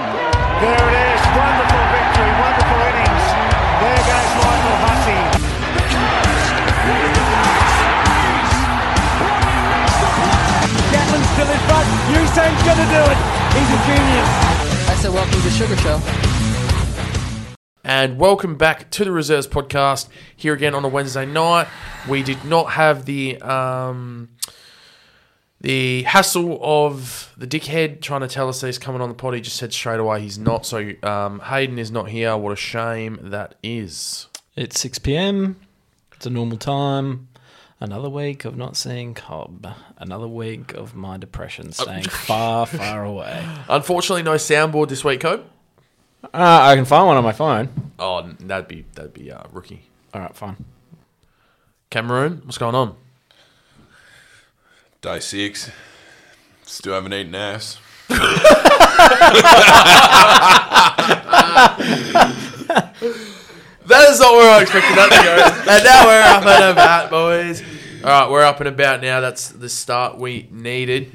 There it is. Wonderful victory. Wonderful innings. There goes Lionel Hussey. Gatlin's still in front. Usain's gonna do it. He's a genius. I said, welcome to the Sugar Show. And welcome back to the Reserves Podcast here again on a Wednesday night. We did not have the um, the hassle of the dickhead trying to tell us that he's coming on the pod. He just said straight away he's not. So um, Hayden is not here. What a shame that is. It's 6 p.m. It's a normal time. Another week of not seeing Cobb. Another week of my depression staying far, far away. Unfortunately, no soundboard this week, Cope. Uh, I can find one on my phone. Oh, n- that'd be that'd be uh, rookie. All right, fine. Cameroon, what's going on? Day six. Still haven't eaten ass. That is not where I expected that to go. and now we're up and about, boys. All right, we're up and about now. That's the start we needed.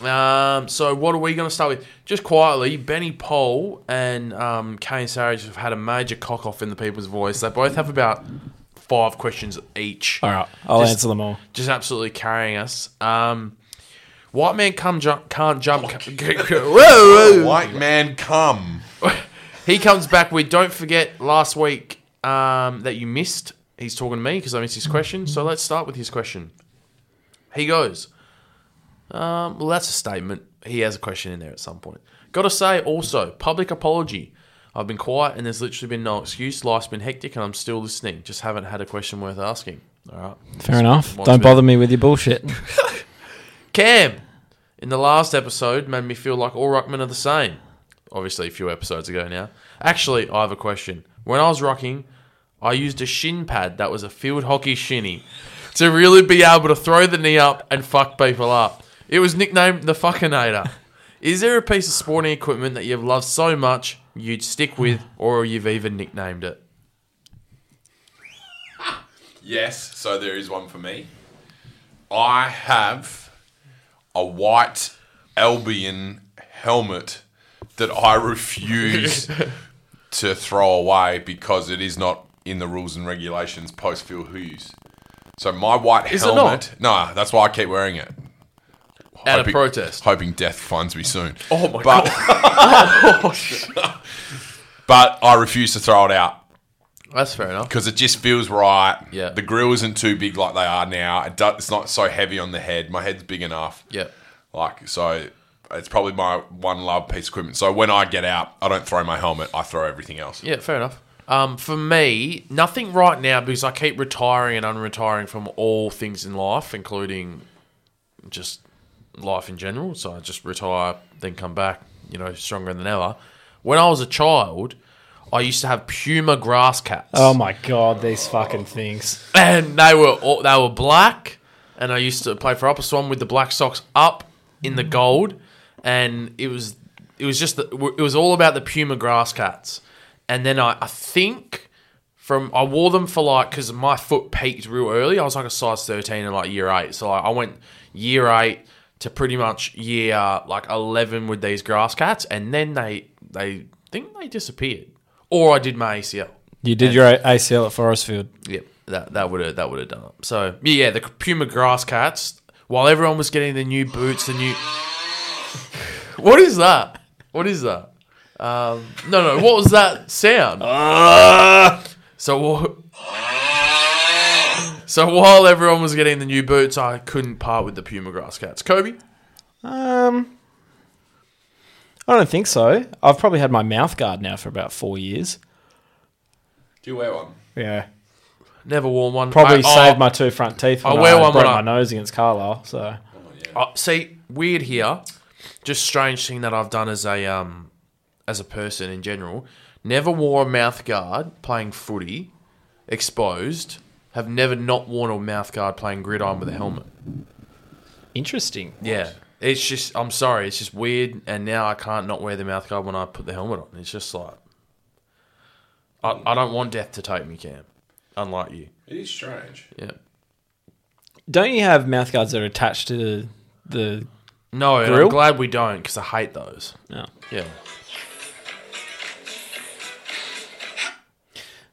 Um, so what are we going to start with? Just quietly, Benny Poll and um, Kane Sarage have had a major cock off in the people's voice. They both have about five questions each. All right, I'll Just- answer them all. Just absolutely carrying us. Um, white man come jump, can't jump. whoa, whoa. White man come. He comes back with don't forget last week um, that you missed. He's talking to me because I missed his question. So let's start with his question. He goes, um, well, that's a statement. He has a question in there at some point. Got to say also, public apology. I've been quiet and there's literally been no excuse. Life's been hectic and I'm still listening. Just haven't had a question worth asking. All right. Fair enough. What's Don't that? bother me with your bullshit. Cam, in the last episode, made me feel like all ruckmen are the same. Obviously, a few episodes ago now. Actually, I have a question. When I was rocking, I used a shin pad that was a field hockey shinny to really be able to throw the knee up and fuck people up. It was nicknamed the Fuckinator. Is there a piece of sporting equipment that you've loved so much you'd stick with, or you've even nicknamed it? Yes, so there is one for me. I have a white Albion helmet that I refuse to throw away because it is not in the rules and regulations post Phil Hughes. So my white Is it helmet, no, that's why I keep wearing it. Out of Hoping- protest. hoping death finds me soon. Oh my but, god! but I refuse to throw it out That's fair enough. because it just feels right. Yeah. The grill isn't too big like they are now. It do- it's not so heavy on the head. My head's big enough. Yeah. Like so, it's probably my one love piece of equipment. So when I get out, I don't throw my helmet. I throw everything else. Yeah, fair enough. Um, for me, nothing right now because I keep retiring and unretiring from all things in life, including just life in general. So I just retire, then come back, you know, stronger than ever. When I was a child, I used to have Puma grass caps, Oh my god, these fucking things. and they were all, they were black. And I used to play for Upper Swan with the black socks up in the gold, and it was it was just the, it was all about the Puma grass cats. And then I, I think from I wore them for like because my foot peaked real early. I was like a size thirteen in like year eight, so like, I went year eight to pretty much year like eleven with these grass cats, and then they they think they disappeared, or I did my ACL. You did your ACL at Forestfield. Yep, that that would have that would have done it. So yeah, yeah, the Puma Grass Cats. While everyone was getting the new boots, the new. what is that? What is that? Um, no, no. What was that sound? so what? So while everyone was getting the new boots, I couldn't part with the Puma Grass Cats. Kobe, Um, I don't think so. I've probably had my mouth guard now for about four years. Do you wear one? Yeah. never worn one. Probably I- oh, saved my two front teeth when I I, wear one broke when my I- nose against Carlisle. So Uh, see, weird here. Just strange thing that I've done as a um as a person in general. Never wore a mouth guard playing footy, exposed. Have never not worn a mouth guard playing gridiron with a helmet. interesting. Yeah. It's just I'm sorry, it's just weird and now I can't not wear the mouth guard when I put the helmet on. It's just like I, I don't want death to take me, Cam. Unlike you. It is strange. Yeah. Don't you have mouth guards that are attached to the? the No, and I'm Grill? glad we don't because I hate those. no. Yeah.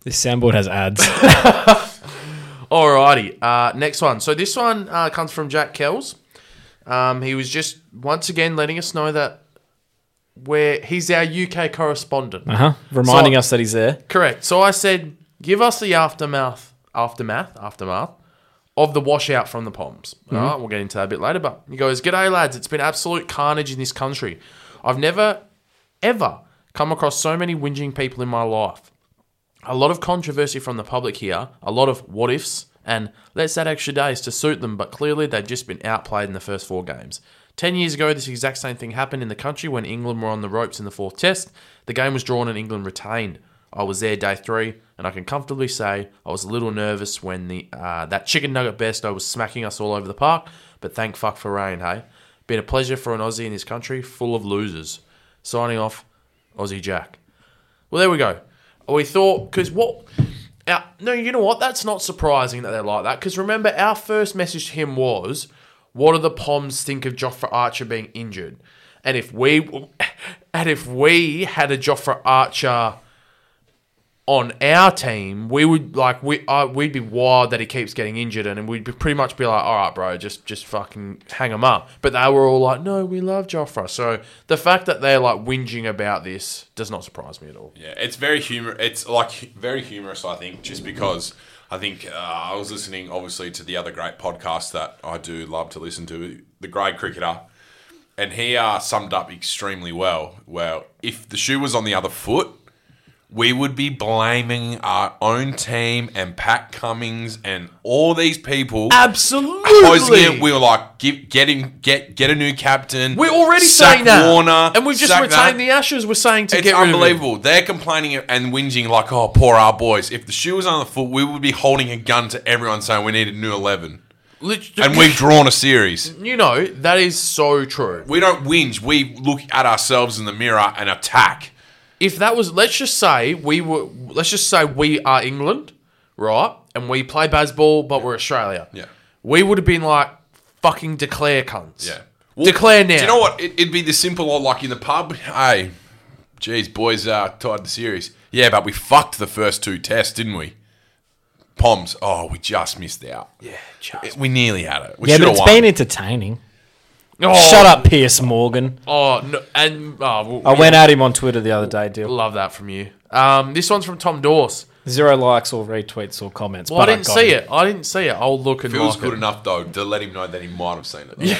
This soundboard has ads. Alrighty, uh, next one. So this one uh, comes from Jack Kells. Um, he was just once again letting us know that where he's our UK correspondent. uh huh. Reminding So- us that he's there. Correct. So I said, give us the aftermath, aftermath, aftermath of the washout from the Palms. All right, we'll get into that a bit later. But he goes, G'day, lads. It's been absolute carnage in this country. I've never, ever come across so many whinging people in my life. A lot of controversy from the public here, a lot of what ifs, and let's add extra days to suit them, but clearly they've just been outplayed in the first four games. Ten years ago, this exact same thing happened in the country when England were on the ropes in the fourth test. The game was drawn and England retained. I was there day three, and I can comfortably say I was a little nervous when the uh, that chicken nugget besto was smacking us all over the park, but thank fuck for rain, hey? Been a pleasure for an Aussie in this country full of losers. Signing off, Aussie Jack. Well, there we go. We thought because what? Our, no, you know what? That's not surprising that they're like that. Because remember, our first message to him was, "What do the Poms think of Joffrey Archer being injured?" And if we, and if we had a Joffrey Archer on our team, we would like we I we'd be wild that he keeps getting injured, and we'd be pretty much be like, all right, bro, just just fucking hang him up. But they were all like, no, we love Jofra. So the fact that they're like whinging about this does not surprise me at all. Yeah, it's very humor. It's like hu- very humorous, I think, just because I think uh, I was listening, obviously, to the other great podcast that I do love to listen to, the Grey Cricketer, and he uh, summed up extremely well. Well, if the shoe was on the other foot, we would be blaming our own team and Pat Cummings and all these people. Supposedly, Absolutely. we were like, get, get him, get get a new captain. We're already sack saying that, Warner, and we've just sack retained that." the Ashes. We're saying to It's get rid of him. unbelievable. They're complaining and whinging like, "Oh, poor our boys." If the shoe was on the foot, we would be holding a gun to everyone saying we need a new eleven, Lit- and we've drawn a series. you know, that is so true. We don't whinge. We look at ourselves in the mirror and attack. if that was let's just say we were let's just say we are England, right? And we play baseball, but we're Australia. Yeah. We would have been like fucking declare cunts. Yeah, declare now. Do you know what? It, it'd be the simple, or like in the pub. Hey, geez, boys, uh, tied the series. Yeah, but we fucked the first two tests, didn't we? Poms. Oh, we just missed out. Yeah, just- we nearly had it. We Yeah, should but have it's won. been entertaining. Oh, Shut up, Pierce Morgan. Oh no, and oh, we- I went at him on Twitter the other day, deal. love that from you. Um, this one's from Tom Dawes. Zero likes or retweets or comments. Well, I but didn't got see him. it. I didn't see it. I'll look and Feels like good it. enough though to let him know that he might have seen it. though.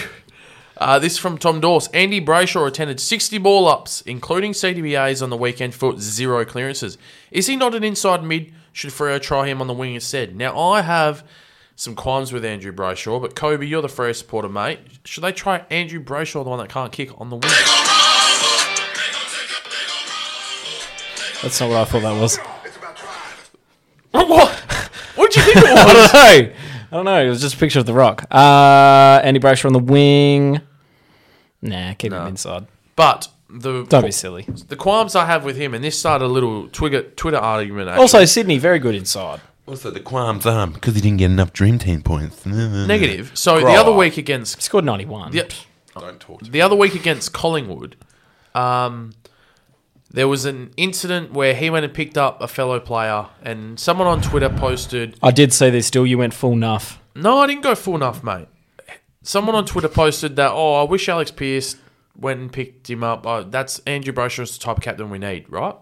Uh, this is from Tom Dawes. Andy Brayshaw attended 60 ball ups, including CDBAs on the weekend for zero clearances. Is he not an inside mid? Should Freo try him on the wing instead? Now, I have some qualms with Andrew Brayshaw, but Kobe, you're the Freo supporter, mate. Should they try Andrew Brayshaw, the one that can't kick, on the wing? That's not what I thought that was. what? What'd you think it I was? don't know. I don't know. It was just a picture of The Rock. Uh, Andy Brasher on the wing. Nah, keep him inside. but the Don't be silly. the qualms I have with him, and this started a little Twitter, Twitter argument. Actually. Also, Sydney, very good inside. Also, the qualms um because he didn't get enough Dream Team points. negative. So Grow the other up. week against He scored 91. the, Don't talk to me. the other week against Collingwood, um, there was an incident where he went and picked up a fellow player, and someone on Twitter posted, I did say this, still. You went full nuff. "No, I didn't go full enough, mate." Someone on Twitter posted that, "Oh, I wish Alex Pierce went and picked him up. Oh, that's Andrew Brosher's the type of captain we need, right?"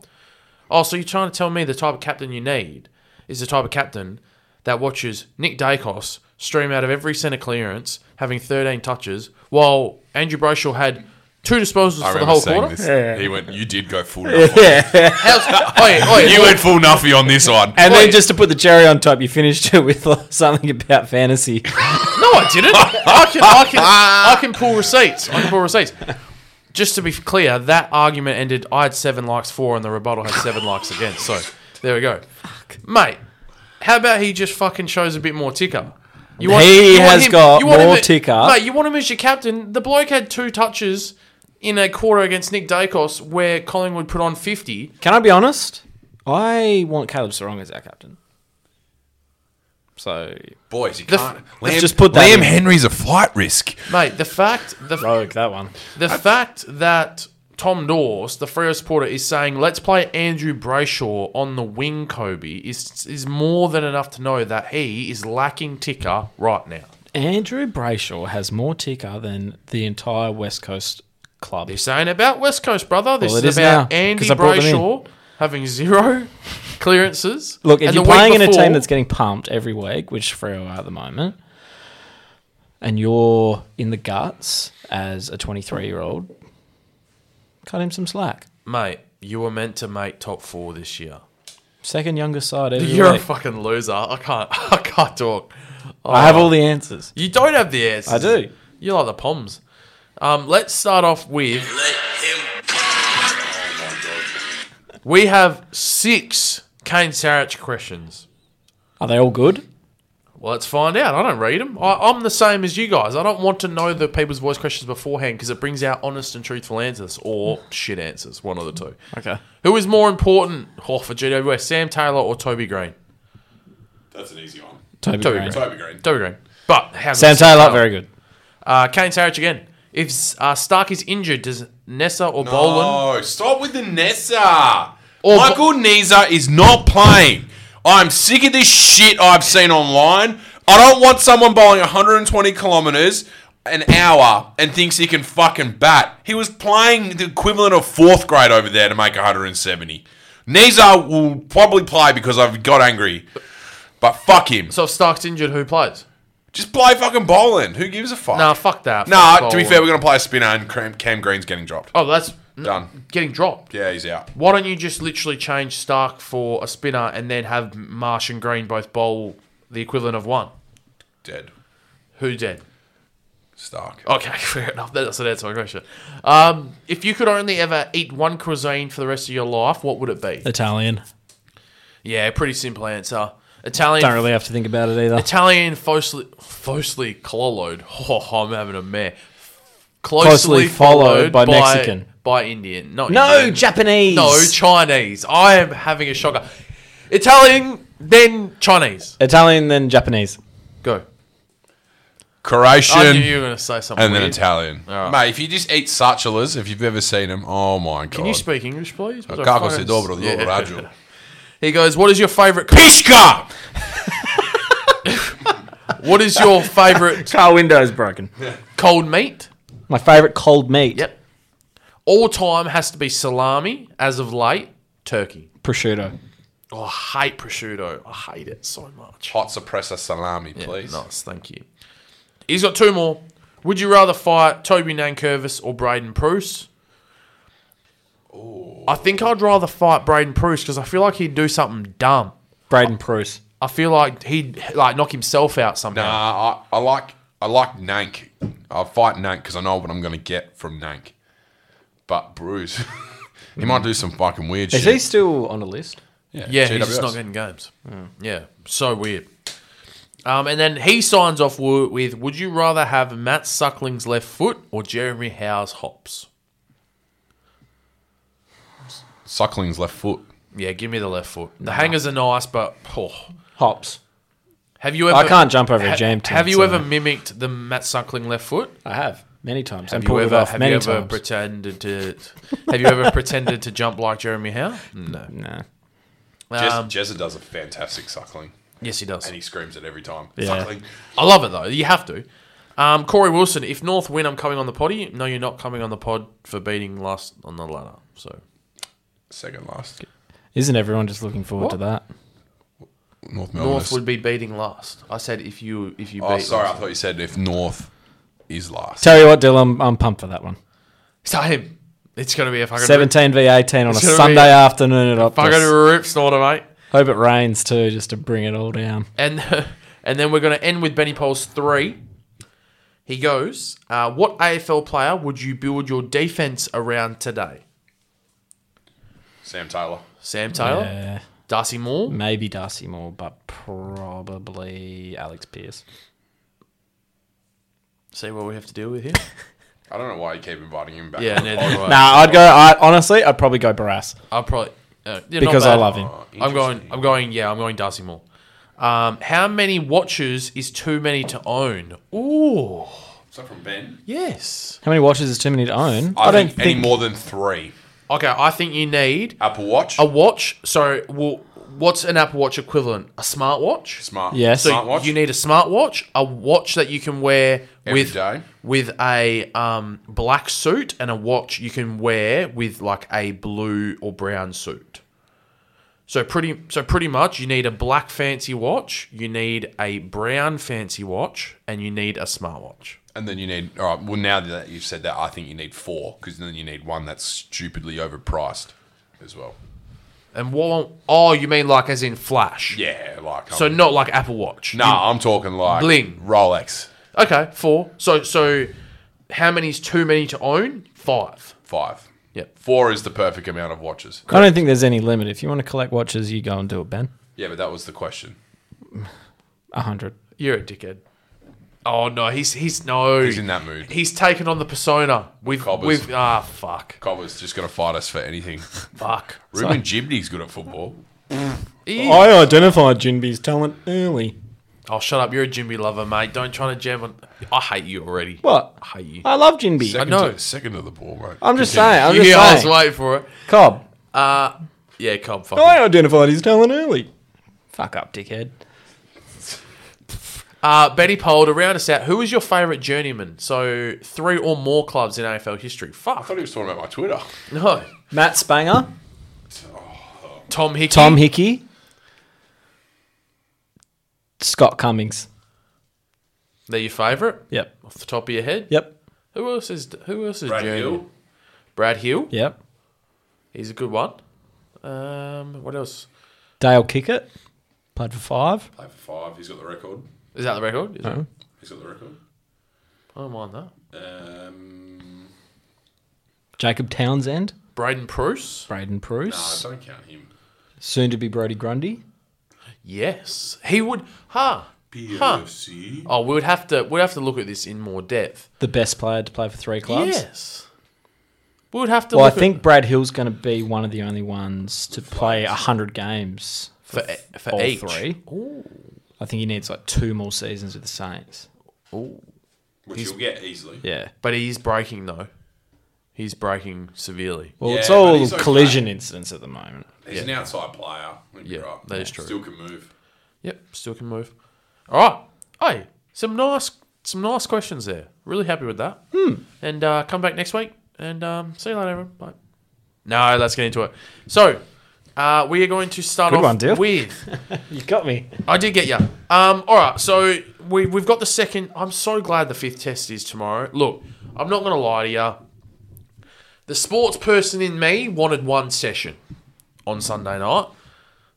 Oh, so you're trying to tell me the type of captain you need is the type of captain that watches Nick Dacos stream out of every centre clearance, having 13 touches, while Andrew Brayshaw had two disposals I for the remember whole saying quarter. this. He went, "You did go full nuffy. How's, oi, oi, you oi. went full nuffy on this one." And Wait. then just to put the cherry on top, you finished it with like, something about fantasy. No, I didn't. I can, I can, I can pull receipts. I can pull receipts. Just to be clear, that argument ended. I had seven likes for, and the rebuttal had seven likes against. So there we go, mate. How about he just fucking shows a bit more ticker? You He has got you want more him- ticker. mate. You want him as your captain? The bloke had two touches in a quarter against Nick Dacos, where Collingwood put on fifty. Can I be honest? I want Caleb Sarong as our captain. So Boys, you The can't. f- let's Liam- just put that Liam in. Henry's a flight risk. Mate, the fact, the rogue that one. The fact that Tom Dawes, the Freo supporter, is saying, "Let's play Andrew Brayshaw on the wing." Kobe is is more than enough to know that he is lacking ticker right now. Andrew Brayshaw has more ticker than the entire West Coast club. They're saying about West Coast, brother. This Well, it is is about now, Andy 'cause I brought them in. Brayshaw having zero clearances. Look, if And you're the week playing in a before- team that's getting pumped every week, which Freo are at the moment, and you're in the guts as a 23 year old, cut him some slack. mate, you were meant to make top four this year. Second youngest side every You're a week. fucking loser. I can't. I can't talk. I have all the answers. You don't have the answers. I do. You're like the Poms. Um, let's start off with. We have six Kane Sarich questions. Are they all good? Well, let's find out. I don't read them. I, I'm the same as you guys. I don't want to know the people's voice questions beforehand because it brings out honest and truthful answers or shit answers, one of the two. Okay. Who is more important oh, for GWS, Sam Taylor or Toby Green? That's an easy one. Toby, Toby Green. Green. Toby Green. Toby Green. But how's Sam it- Taylor, very good. Uh, Kane Sarich again. If uh, Stark is injured, does Nessa or Boland? Oh, stop with the Nessa. Or Michael Neza is not playing. I'm sick of this shit I've seen online. I don't want someone bowling 120 kilometers an hour and thinks he can fucking bat. He was playing the equivalent of fourth grade over there to make 170. Neza will probably play because I've got angry. But fuck him. So if Stark's injured, who plays? Just play fucking bowling. Who gives a fuck? Nah, fuck that. Fuck Nah, to be Boland. fair, we're going to play a spinner and Cam Cam Green's getting dropped. Oh, that's n- Done. getting dropped. Yeah, he's out. Why don't you just literally change Stark for a spinner and then have Marsh and Green both bowl the equivalent of one? Dead. Who did? Stark. Okay, fair enough. That doesn't answer my question. Um, if you could only ever eat one cuisine for the rest of your life, what would it be? Uh, Italian. Yeah, pretty simple answer. Italian. Don't really have to think about it either. Italian closely, closely followed. Oh, I'm having a mare. Closely followed by Mexican. by Indian. No, No, Indian. Japanese. No, Chinese. I am having a shocker. Italian, then Chinese. Italian, then Japanese. Go. I knew Croatian you were going to say something. and then weird. Italian. Alright. Mate, if you just eat sachalas, if you've ever seen them, oh my god. Can you speak English, please? Was I Kako se fucking- dobro, Yeah. dobro, rađu. He goes, "What is your favorite? Pishka! What is your favorite Car window's broken. cold meat? My favourite cold meat. Yep. All time has to be salami. As of late, turkey. Prosciutto. Oh, I hate prosciutto. I hate it so much. Hot suppressor salami, please. Nice, thank you. He's got two more. Would you rather fight Toby Nankervis or Braden Pruce? I think I'd rather fight Braden Pruce because I feel like he'd do something dumb. Braden Pruce. I feel like he'd like knock himself out somehow. Nah, I, I like I like Nank. I'll fight Nank because I know what I'm gonna get from Nank. But Bruce, he might do some fucking weird Is shit. he still on a list? Hmm. yeah, he's just GWS. not getting games. Mm. Yeah, so weird. Um, and then he signs off wi- with, "Would you rather have Matt Suckling's left foot or Jeremy Howe's hops?" Suckling's left foot. Yeah, give me the left foot. The hangers are nice, but oh, Hops. Have you ever? I can't jump over a jam tin, Have you so- ever mimicked the Matt Suckling left foot? I have. Many times. Have and you pulled it ever? off Have many you ever times. pretended to? Have you ever pretended to jump like Jeremy Howe? No. nah. Jez Um, Jezza does a fantastic suckling. Yes, he does. And he screams it every time. Yeah. Suckling. I love it though. You have to. Um, Corey Wilson, if North win, I'm coming on the potty. No, you're not coming on the pod for beating last on the ladder. So Second last. Isn't everyone just looking forward to that? North North Melbourne. would be beating last. I said if you if you Oh, beat. sorry. I Last. thought you said if North is last. Tell you what, Dylan, I'm, I'm pumped for that one. Same. It's gonna be a fucking 17 v 18 on a It's gonna be Sunday a- afternoon at Rip, fucking Optus. rip snorter, mate. Hope it rains too, just to bring it all down. And and then we're going to end with Benny Poles three. He goes, uh, "What AFL player would you build your defense around today? Sam Taylor. Sam Taylor, Yeah. Mm. Darcy Moore, Uh, Maybe Darcy Moore, but probably Alex Pierce. see what we have to deal with here. I don't know why you keep inviting him back. yeah, neither do I. Nah, I'd go. I, honestly, I'd probably go Barras I'll probably uh, yeah, not because I bad. love him. I'm going. I'm going. Yeah, I'm going Darcy Moore. Um, how many watches is too many to own? Ooh, Is that from Ben? Yes. How many watches is too many to own? I, don't think, any more than three. Okay, I think you need Apple Watch. a watch. So, well, what's an Apple Watch equivalent? A smartwatch. Smart. Yes. So Smartwatch. you need a smartwatch, a watch that you can wear Every with day. with a um, black suit, and a watch you can wear with like a blue or brown suit. So pretty, so pretty much, you need a black fancy watch, you need a brown fancy watch, and you need a smartwatch. and then you need. All right. Well, now that you've said that, I think you need four because then you need one that's stupidly overpriced as well. And what? Oh, you mean like as in flash? Yeah, like. So I'm, not like Apple Watch. nah, I'm talking like Bling. Rolex You- okay, four. So so, how many's too many to own? Five. five. Yep. Four is the perfect amount of watches. I don't think there's any limit. If you want to collect watches, you go and do it, Ben. Yeah, but that was the question. A hundred. You're a dickhead. Oh no, he's he's no. He's in that mood. He's taken on the persona. We've Cobbers. we've ah fuck Cobber's just gonna fight us for anything. fuck. Ruben Gibney's good at football. Ew. I identified Jinby's talent early. Oh shut up! You're a Jimmy lover, mate. Don't try to jam on. I hate you already. What? I hate you. I love Jinby. Second know. To, second to the ball, mate. I'm just Continue. saying. I'm yeah, I just was saying. waiting for it. Cobb. Yeah, come fuck. I identified his talent early. Fuck up, dickhead. Uh, Benny poll to round us out. Who is your favourite journeyman? So three or more clubs in AFL history. I Fuck thought he was talking about my Twitter. no. Matt Spanger. Tom Hickey. Tom Hickey. Scott Cummings. They're your favourite Yep. off the top of your head. Yep. Who else is Who else is Brad journeyman? Hill. Brad Hill. Yep. He's a good one. Um, what else? Dale Kickett. Played for five. Play for five. He's got the record. Is that the record? Is it? He's got the record. I don't mind that. Um, Jacob Townsend. Braden Pruce. Braden nah, Pruce. don't count him. Soon to be Brody Grundy. Yes, he would. Ha. PFC. Oh, we would have to. We'd have to look at this in more depth. The best player to play for three clubs. Yes. We would have to. Well, I look at- think Brad Hill's going to be one of the only ones to play 100 games for f- e- for all each. three. I think he needs like two more seasons with the Saints. Which you'll get easily. Yeah. But he's breaking though. He's breaking severely. Well, Yeah, it's but all he's okay. collision incidents at the moment. He's an outside player. Yeah, that that is is true. Still can move. Yep. Still can move. All right. Hey, some nice, some nice questions there. Really happy with that. Hmm. And uh, come back next week and um, see you later, everyone. Bye. No, let's get into it. So. Uh, we are going to start Good off one, Dil. with You got me. I did get you. Um, all right, so we, we've got the second. I'm so glad the fifth test is tomorrow. Look, I'm not going to lie to you. The sports person in me wanted one session on Sunday night.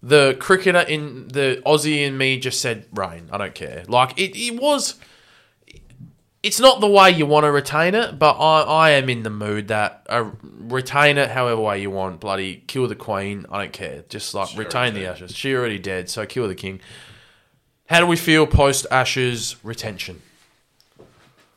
The cricketer in the Aussie in me just said rain. I don't care. Like it, it was. It's not the way you want to retain it, but I, I am in the mood that uh, retain it however way you want. Bloody kill the queen. I don't care. Just like retain the ashes. She already dead, so kill the king. How do we feel post ashes retention?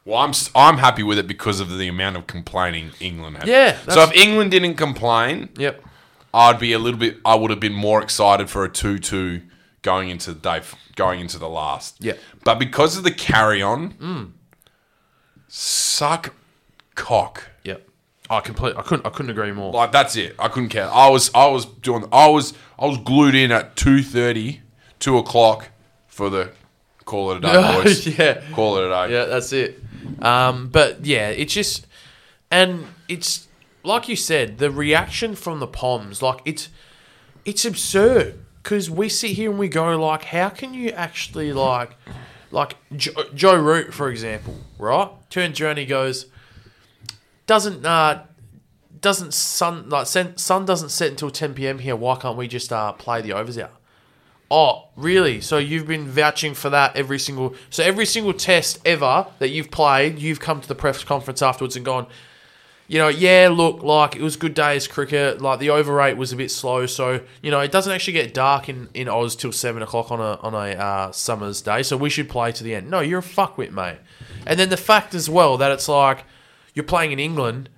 Well, I'm s- I'm happy with it because of the amount of complaining England had. Yeah, So that's- if England didn't complain, Yep. I'd be a little bit. I would have been more excited for a two-two going into the day, f- going into the last. Yeah. But because of the carry-on, suck cock. Yep. I complete. I couldn't. I couldn't agree more. Like that's it. I couldn't care. I was I was doing. I was I was glued in at 2.30, 2 o'clock for the call it a day, boys. yeah. Call it a day. Yeah, that's it. Um, but yeah, it's just, and it's like you said, the reaction from the Poms, like it's, it's absurd because we sit here and we go like, how can you actually like, like Joe, Joe Root for example, right? Turns around, he goes, doesn't uh, doesn't sun like sen, sun doesn't set until ten p.m. here. Why can't we just uh play the overs out? Oh, really? So you've been vouching for that every single so every single test ever that you've played, you've come to the press conference afterwards and gone, you know, yeah, look, like it was good days cricket. Like the over rate was a bit slow, so you know it doesn't actually get dark in in Oz till seven o'clock on a on a uh, summer's day. So we should play to the end. No, you're a fuckwit, mate. And then the fact as well that it's like you're playing in England.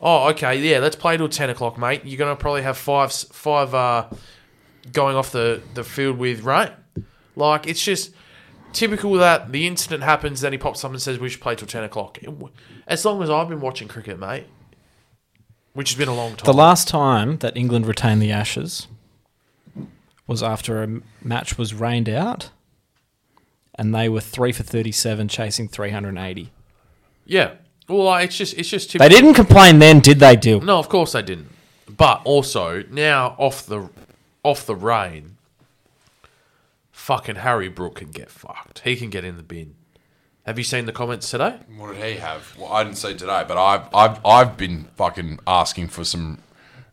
Oh, okay, yeah, let's play till ten o'clock, mate. You're gonna probably have five s- five uh, going off the the field with rain. Like it's just typical that the incident happens, then he pops up and says we should play till ten o'clock. It w- As long as I've been watching cricket, mate, which has been a long time. The last time that England retained the Ashes was after a m- match was rained out, and they were three for thirty-seven, chasing three hundred and eighty. yeah. Well, like, it's just it's just They typical. didn't complain then, did they? Do No, of course they didn't. But also now off the off the rain, fucking Harry Brook can get fucked. He can get in the bin. Have you seen the comments today? What did he have? Well, I didn't see today, but I've I've I've been fucking asking for some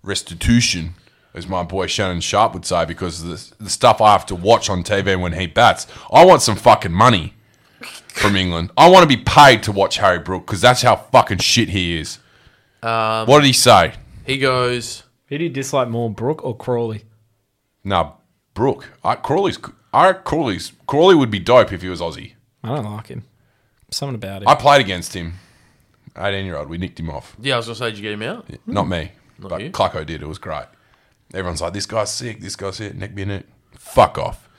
restitution, as my boy Shannon Sharp would say, because of the the stuff I have to watch on TV when he bats. I want some fucking money from England. I want to be paid to watch Harry Brook because that's how fucking shit he is. what did he say? He goes, who do you dislike more, Brooke or Crawley? Nah, Brook. I, Crawley's. I Crawley's. Crawley would be dope if he was Aussie. I don't like him. Something about him. I played against him. 18 year old. We nicked him off. "Yeah, I was gonna say, did you get him out?" Hmm. Not me. but you? Clarko did. It was great. Everyone's like, this guy's sick. This guy's sick. Nick Bennett. Fuck off.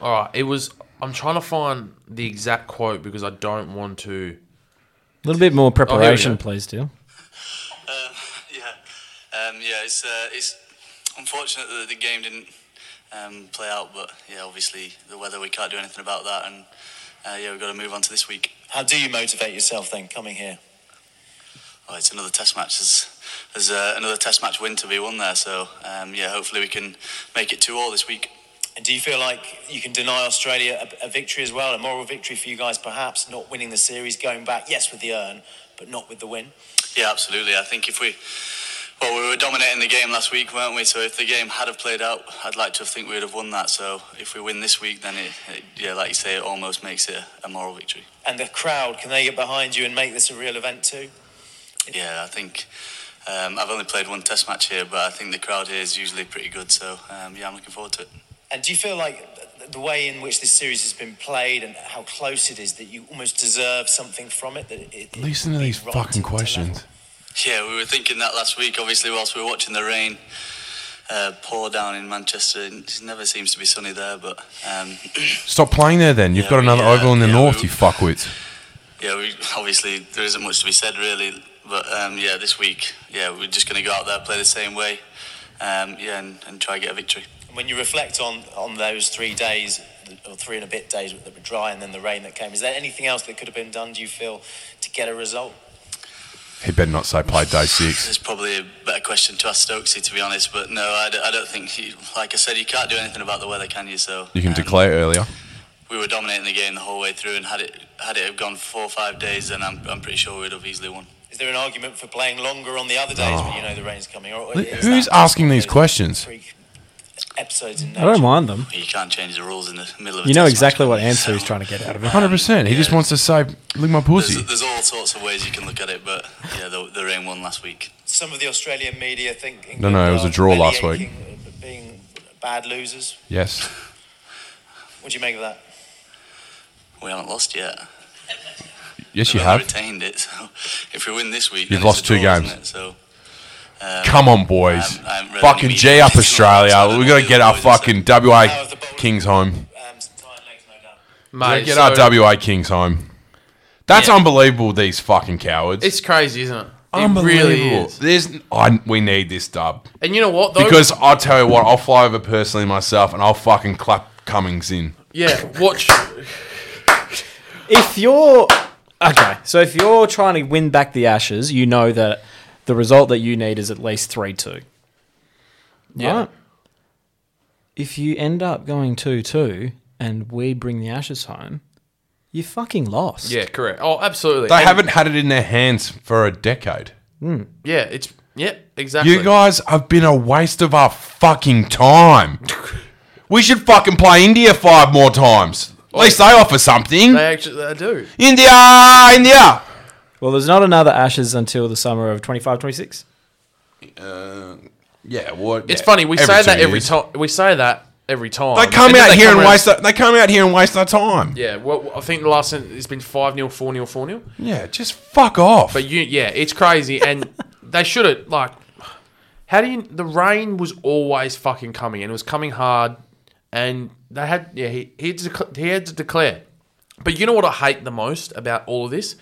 All right, it was. I'm trying to find the exact quote because I don't want to. a little bit more Oh, we preparation, go. please, Dill. Yeah, um, yeah. It's uh, it's unfortunate that the game didn't um, play out, but yeah, obviously the weather we can't do anything about that, and uh, yeah, we've got to move on to this week. How do you motivate yourself then, coming here? Oh, it's another test match. There's, there's uh, another test match win to be won there, so um, yeah, hopefully we can make it two all this week. And do you feel like you can deny Australia a, a victory as well, a moral victory for you guys, perhaps not winning the series, going back, yes, with the urn, but not with the win? Yeah, absolutely. I think if we, well, we were dominating the game last week, weren't we? So if the game had have played out, I'd like to think we would have won that. So if we win this week, then it, it yeah, like you say, it almost makes it a moral victory. And the crowd, can they get behind you and make this a real event too? Yeah, I think um, I've only played one test match here, but I think the crowd here is usually pretty good. So um, yeah, I'm looking forward to it. And do you feel like th- the way in which this series has been played and how close it is that you almost deserve something from it? That it, it Listen to it these right to- to fucking level? questions. Yeah, we were thinking that last week. Obviously, whilst we were watching the rain uh, pour down in Manchester, it never seems to be sunny there. But um, Stop playing there then. You've Yeah, got another yeah, oval in the yeah, north, we- you fuckwits. yeah, we, obviously there isn't much to be said really. But um, yeah, this week, yeah, we're just going to go out there play the same way. Um, yeah, and, and try get a victory. When you reflect on, on those three days, or three and a bit days that were dry and then the rain that came, is there anything else that could have been done, do you feel, to get a result? He better not say play day six. It's probably a better question to ask Stokesy, to be honest. But no, I, d- I don't think, he, like I said, you can't do anything about the weather, can you? So You can um, declare earlier. we were dominating the game the whole way through, and had it had it have gone four or five days, then I'm, I'm pretty sure we'd have easily won. Is there an argument for playing longer on the other days when you know the rain's coming? Or or is Who's that- Oh. asking these questions? Three Episodes in I don't nature? mind them. You can't change the rules in the middle of. A You know test match, exactly can what you? answer he's So trying to get out of it. 100%. He just wants to say, lick my pussy. There's, there's all sorts of ways you can look at it, but yeah, the, the rain won last week. Some of the Australian media think. No, no, it was a draw England are last week. bellyaching, uh, Being bad losers. Yes. What do you make of that? We haven't lost yet. Yes, you We've have. retained it. So if we win this week, You've then it's lost a two draw, isn't games. it? So. um, Come on, boys. I'm- I'm ready fucking to G meet up you. Australia. we got to get our fucking WA Kings home. Um, some tired legs, no doubt. Mate, get so- our WA Kings home. That's Yeah. unbelievable, these fucking cowards. It's crazy, isn't it? It really is. There's, I, we need this dub. And you know what? Though? Because I'll tell you what, I'll fly over personally myself and I'll fucking clap Cummings in. yeah, watch. if you're okay, so if you're trying to win back the Ashes, you know that the result that you need is at least three two. Yeah. If you end up going two two and we bring the Ashes home, you fucking lost. Yeah, correct. Oh, absolutely. They And- haven't had it in their hands for a decade. Yeah, it's yeah, exactly. You guys have been a waste of our fucking time. We should fucking play India five more times. At least they offer something. They actually they do. India, India. Well, there's not another Ashes until the summer of 25, 26. Uh, Yeah, what? It's funny we say that every time. We say that every time. They come And then out they here come and around- waste. Our, they come out here and waste our time. Yeah, well, I think the last one has been five 0 four 0 four 0 Yeah, just fuck off. But you, yeah, it's crazy, and they should have like. How do you? The rain was always fucking coming, and it was coming hard, and they had yeah he he had to, dec- he had to declare. But you know what I hate the most about all of this?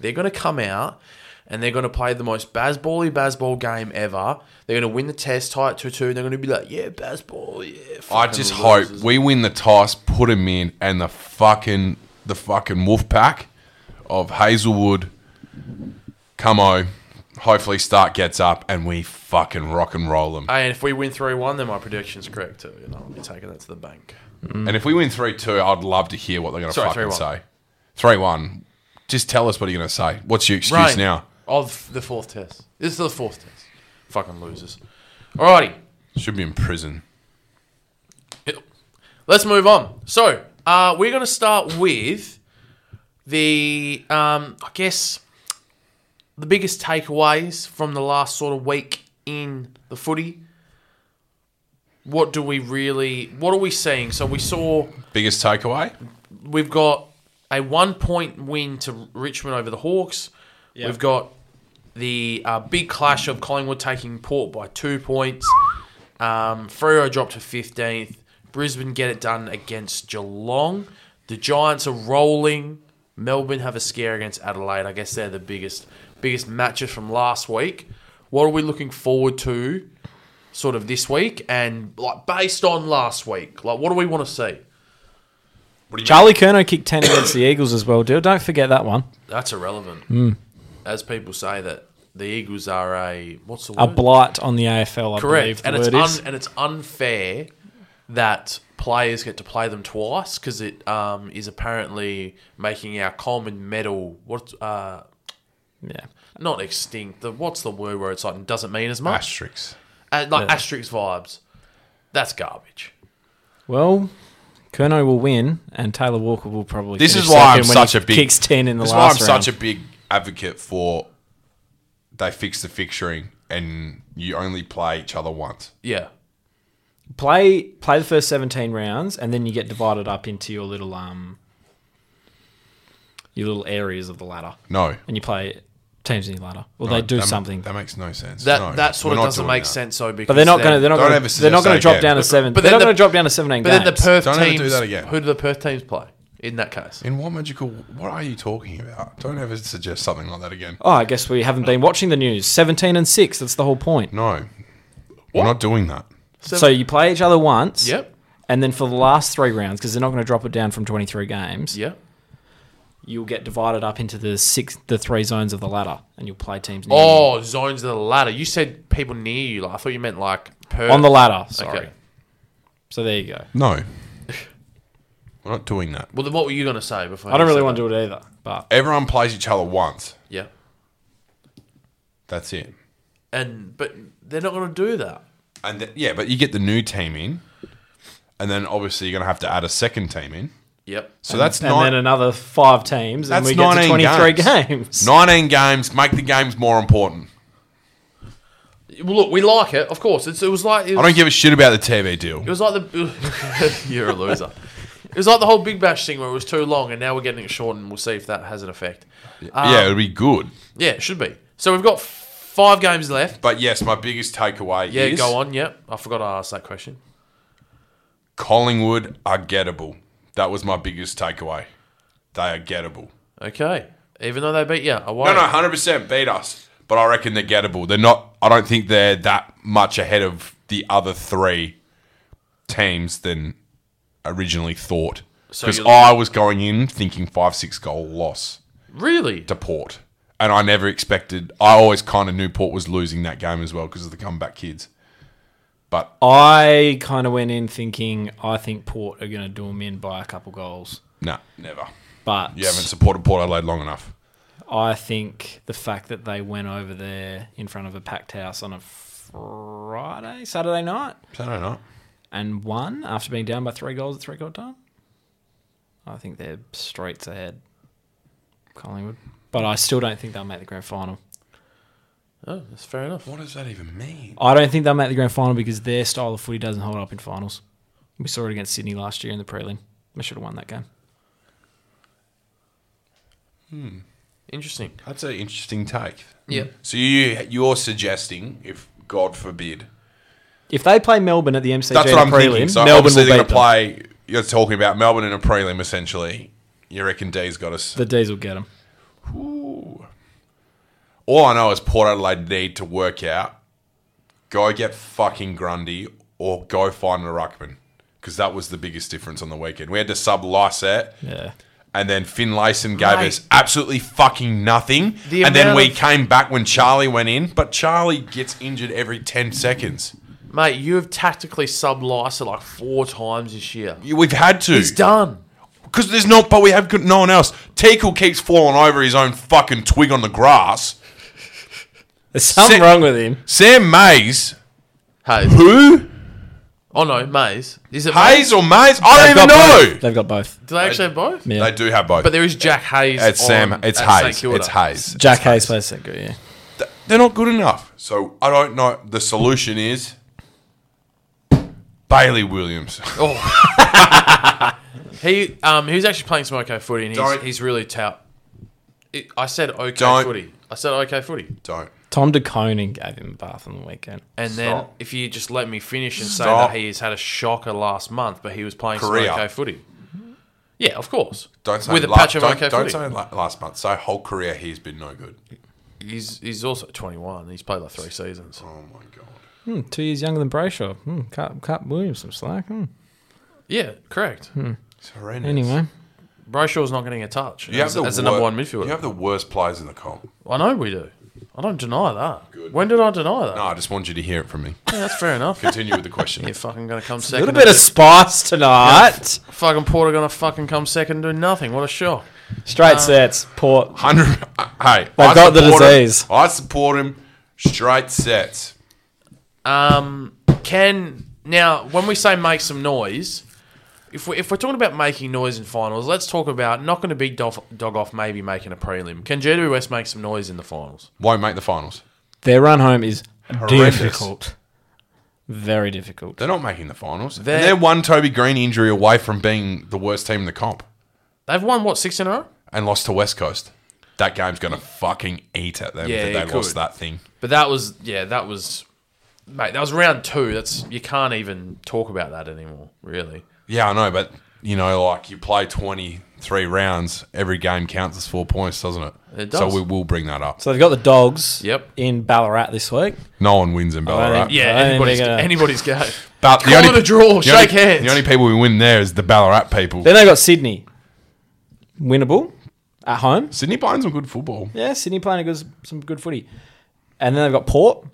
They're going to come out and they're going to play the most basbally basball game ever. They're going to win the test tight two two. They're going to be like, yeah, basball, yeah. I fucking just losers. hope we win the toss, put him in, and the fucking the fucking wolf pack of Hazelwood, Camo, hopefully Stark gets up and we fucking rock and roll them. Hey, and if we win three one, then my prediction's correct too. You know, I'll be taking that to the bank. And if we win three two, I'd love to hear what they're gonna Um, Sorry, fucking 3-1. say. Three one. Just tell us what you're gonna say. What's your excuse Right now? of the fourth test. This is the fourth test. Fucking losers. Alrighty, Should be in prison. let's move on. So uh, we're going to start with the, um, I guess, the biggest takeaways from the last sort of week in the footy. What do we really? What are we seeing? So we saw Biggest takeaway? we've got a one point win to Richmond over the Hawks. We've got the uh, big clash of Collingwood taking Port by two points. Um, Freo dropped to 15th. Brisbane get it done against Geelong. The Giants are rolling. Melbourne have a scare against Adelaide. I guess they're the biggest biggest matches from last week. What are we looking forward to sort of this week and like based on last week? Like what do we want to see? Charlie Kerno kicked 10 against the Eagles as well, dude. Don't forget that one. That's irrelevant. Hmm. As people say that the Eagles are a what's the word? A blight on the AFL, I believe Correct, the and it's word is. un- and it's unfair that players get to play them twice because it um, is apparently making our common medal what uh, yeah. not extinct. The, what's the word where it's like doesn't mean as much? Asterix. Uh, like asterisk vibes. That's garbage. Well, Kerno will win, and Taylor Walker will probably. This finish is why I'm second when he such a big kicks ten in the this is why I'm last round. such a big advocate for they fix the fixturing and you only play each other once. Yeah. play play the first seventeen rounds, and then you get divided up into your little um your little areas of the ladder, No. and you play teams in your ladder, or No, they do that ma- something. Um, That makes no sense. That No, that sort we're of not doesn't doing make that. sense though because but they're not going to. They're not Don't going ever to. They're not going say to drop again. down to seven. But they're then not going the- to drop down to seventeen. But then the games. Perth Don't ever do teams. that again. Who do the Perth teams play in that case? In what magical? What are you talking about? Don't ever suggest something like that again. Oh, I guess we haven't been watching the news. Seventeen and six. That's the whole point. No, we're not doing that. So you play each other once. Yep. And then for the last three rounds, because they're not going to drop it down from 23 games, Yeah. you'll get divided up into the six, the three zones of the ladder, and you'll play teams. near you. Oh, zones of the ladder. You said people near you. Like, I thought you meant like per on the ladder. Sorry. Okay. So there you go. No, we're not doing that. Well, then what were you gonna say before? I don't really want to do it either, but Everyone plays each other once. Yeah. That's it. And but they're not gonna do that. And th- yeah, but you get the new team in, and then obviously you're gonna have to add a second team in. Yep. So that's and nine, then another five teams, and that's we get to 19 23 games. games. nineteen games. Make the games more important. Well, look, we like it, of course. It's, it was like it I was, don't give a shit about the TV deal. it was like the you're a loser. It was like the whole Big Bash thing where it was too long, and now we're getting it shortened. We'll see if that has an effect. yeah, it'd be good. Yeah, it should be. So we've got five games left. But yes, my biggest takeaway Yeah, is go on. Yep, I forgot I asked that question. Collingwood are gettable. That was my biggest takeaway. They are gettable. Okay, even though they beat yeah, away. No, no, hundred percent beat us. But I reckon they're gettable. They're not. I don't think they're that much ahead of the other three teams than originally thought. So Because you're- I was going in thinking five six goal loss really. to Port, and I never expected. I always kind of knew Port was losing that game as well because of the comeback kids. But I kind of went in thinking I think Port are going to do them in by a couple goals, nah, never. but You haven't supported Port Adelaide long enough. I think the fact that they went over there in front of a packed house on a Friday, Saturday night, So I don't know. and won after being down by three goals at three quarter time, I think they're straights ahead. Collingwood, but I still don't think they'll make the grand final. Oh, that's fair enough. What does that even mean? I don't think they'll make the grand final because their style of footy doesn't hold up in finals. We saw it against Sydney last year in the prelim. We should have won that game. Interesting. That's an interesting take. Yeah. So you you're suggesting if God forbid If they play Melbourne at the MCG That's in what I'm the prelim, thinking. So Melbourne obviously will they're beat going to them. play. You're talking about Melbourne in a prelim, essentially. You reckon D's got us? The D's will get them. All I know is Port Adelaide need to work out. Go get fucking Grundy or go find a ruckman because that was the biggest difference on the weekend. We had to sub Lyset. Yeah. And then Finlayson gave Mate. us absolutely fucking nothing. The and then amount we of- came back when Charlie went in, but Charlie gets injured every 10 seconds. Mate, you have tactically subbed Lysa like four times this year. We've had to. He's done. Because there's not, but we have good, no one else. Teakle keeps falling over his own fucking twig on the grass. There's something Sit- wrong with him. Sam Mays, Hayes. who? Oh no, Mays. Is it Hayes or Mays? I don't They've got even know. both. They've got both. Do they actually have both? Yeah. They do have both. But there is Jack Hayes. it's Sam. on It's at Hayes. St. Kilda. It's Hayes. Jack Hayes plays Senko, yeah. They're not good enough. So I don't know. The solution is Bailey Williams. Oh. He um he was actually playing some okay footy and he's, Don't- he's really tout. It, I said okay Don't- footy. I said okay footy. don't. Tom DeConing gave him a bath on the weekend. And then Stop. if you just let me finish and say Stop. that he has had a shocker last month, but he was playing Korea. some okay footy. Yeah, of course. Don't say with a la- patch of don't, okay don't footy. say la- last month. Say whole career he's been no good. He's he's also 21. He's played like three seasons. Oh my god. Hmm, two years younger than Brayshaw. Hmm, cut, cut Williams some slack. Hmm. Yeah, correct. It's horrendous. Anyway, Brayshaw's not getting a touch You have as, the as the number wor- one midfielder. You have the worst players in the comp. I know we do. I don't deny that. Good. When did I deny that? No, I just want you to hear it from me. Yeah, that's fair enough. Continue with the question. You're fucking gonna come a second. little and bit of do- spice tonight. fucking Port are gonna fucking come second and do nothing. What a shock! Straight sets. Port. Hundred. Hey, They've I got the support him. disease. I support him. Straight sets. Um, can now when we say make some noise, if we if we're talking about making noise in finals, let's talk about not going to be dog, dog off. Maybe making a prelim. Can GWS make some noise in the finals? Won't make the finals. Their run home is Horrendous. difficult. Very difficult. They're not making the finals. They're, They're- they're one Toby Green injury away from being the worst team in the comp They've won what six in a row, and lost to West Coast. That game's going to fucking eat at them Yeah, that they it lost could. that thing. but that was yeah, that was mate. That was round two. That's you can't even talk about that anymore. Really, Yeah, I know, but you know, like you play 23 rounds, every game counts as four points, doesn't it? It does. So we will bring that up. So they've got the dogs Yep. in Ballarat this week. No one wins in Ballarat. think- yeah, I don't think anybody's they're gonna- anybody's game. But Call it a draw, the shake only- hands. The only people who win there is the Ballarat people. Then they've got Sydney. Winnable at home. Sydney Pines are good football. Yeah, Sydney playing a good, some good footy. And then they've got Port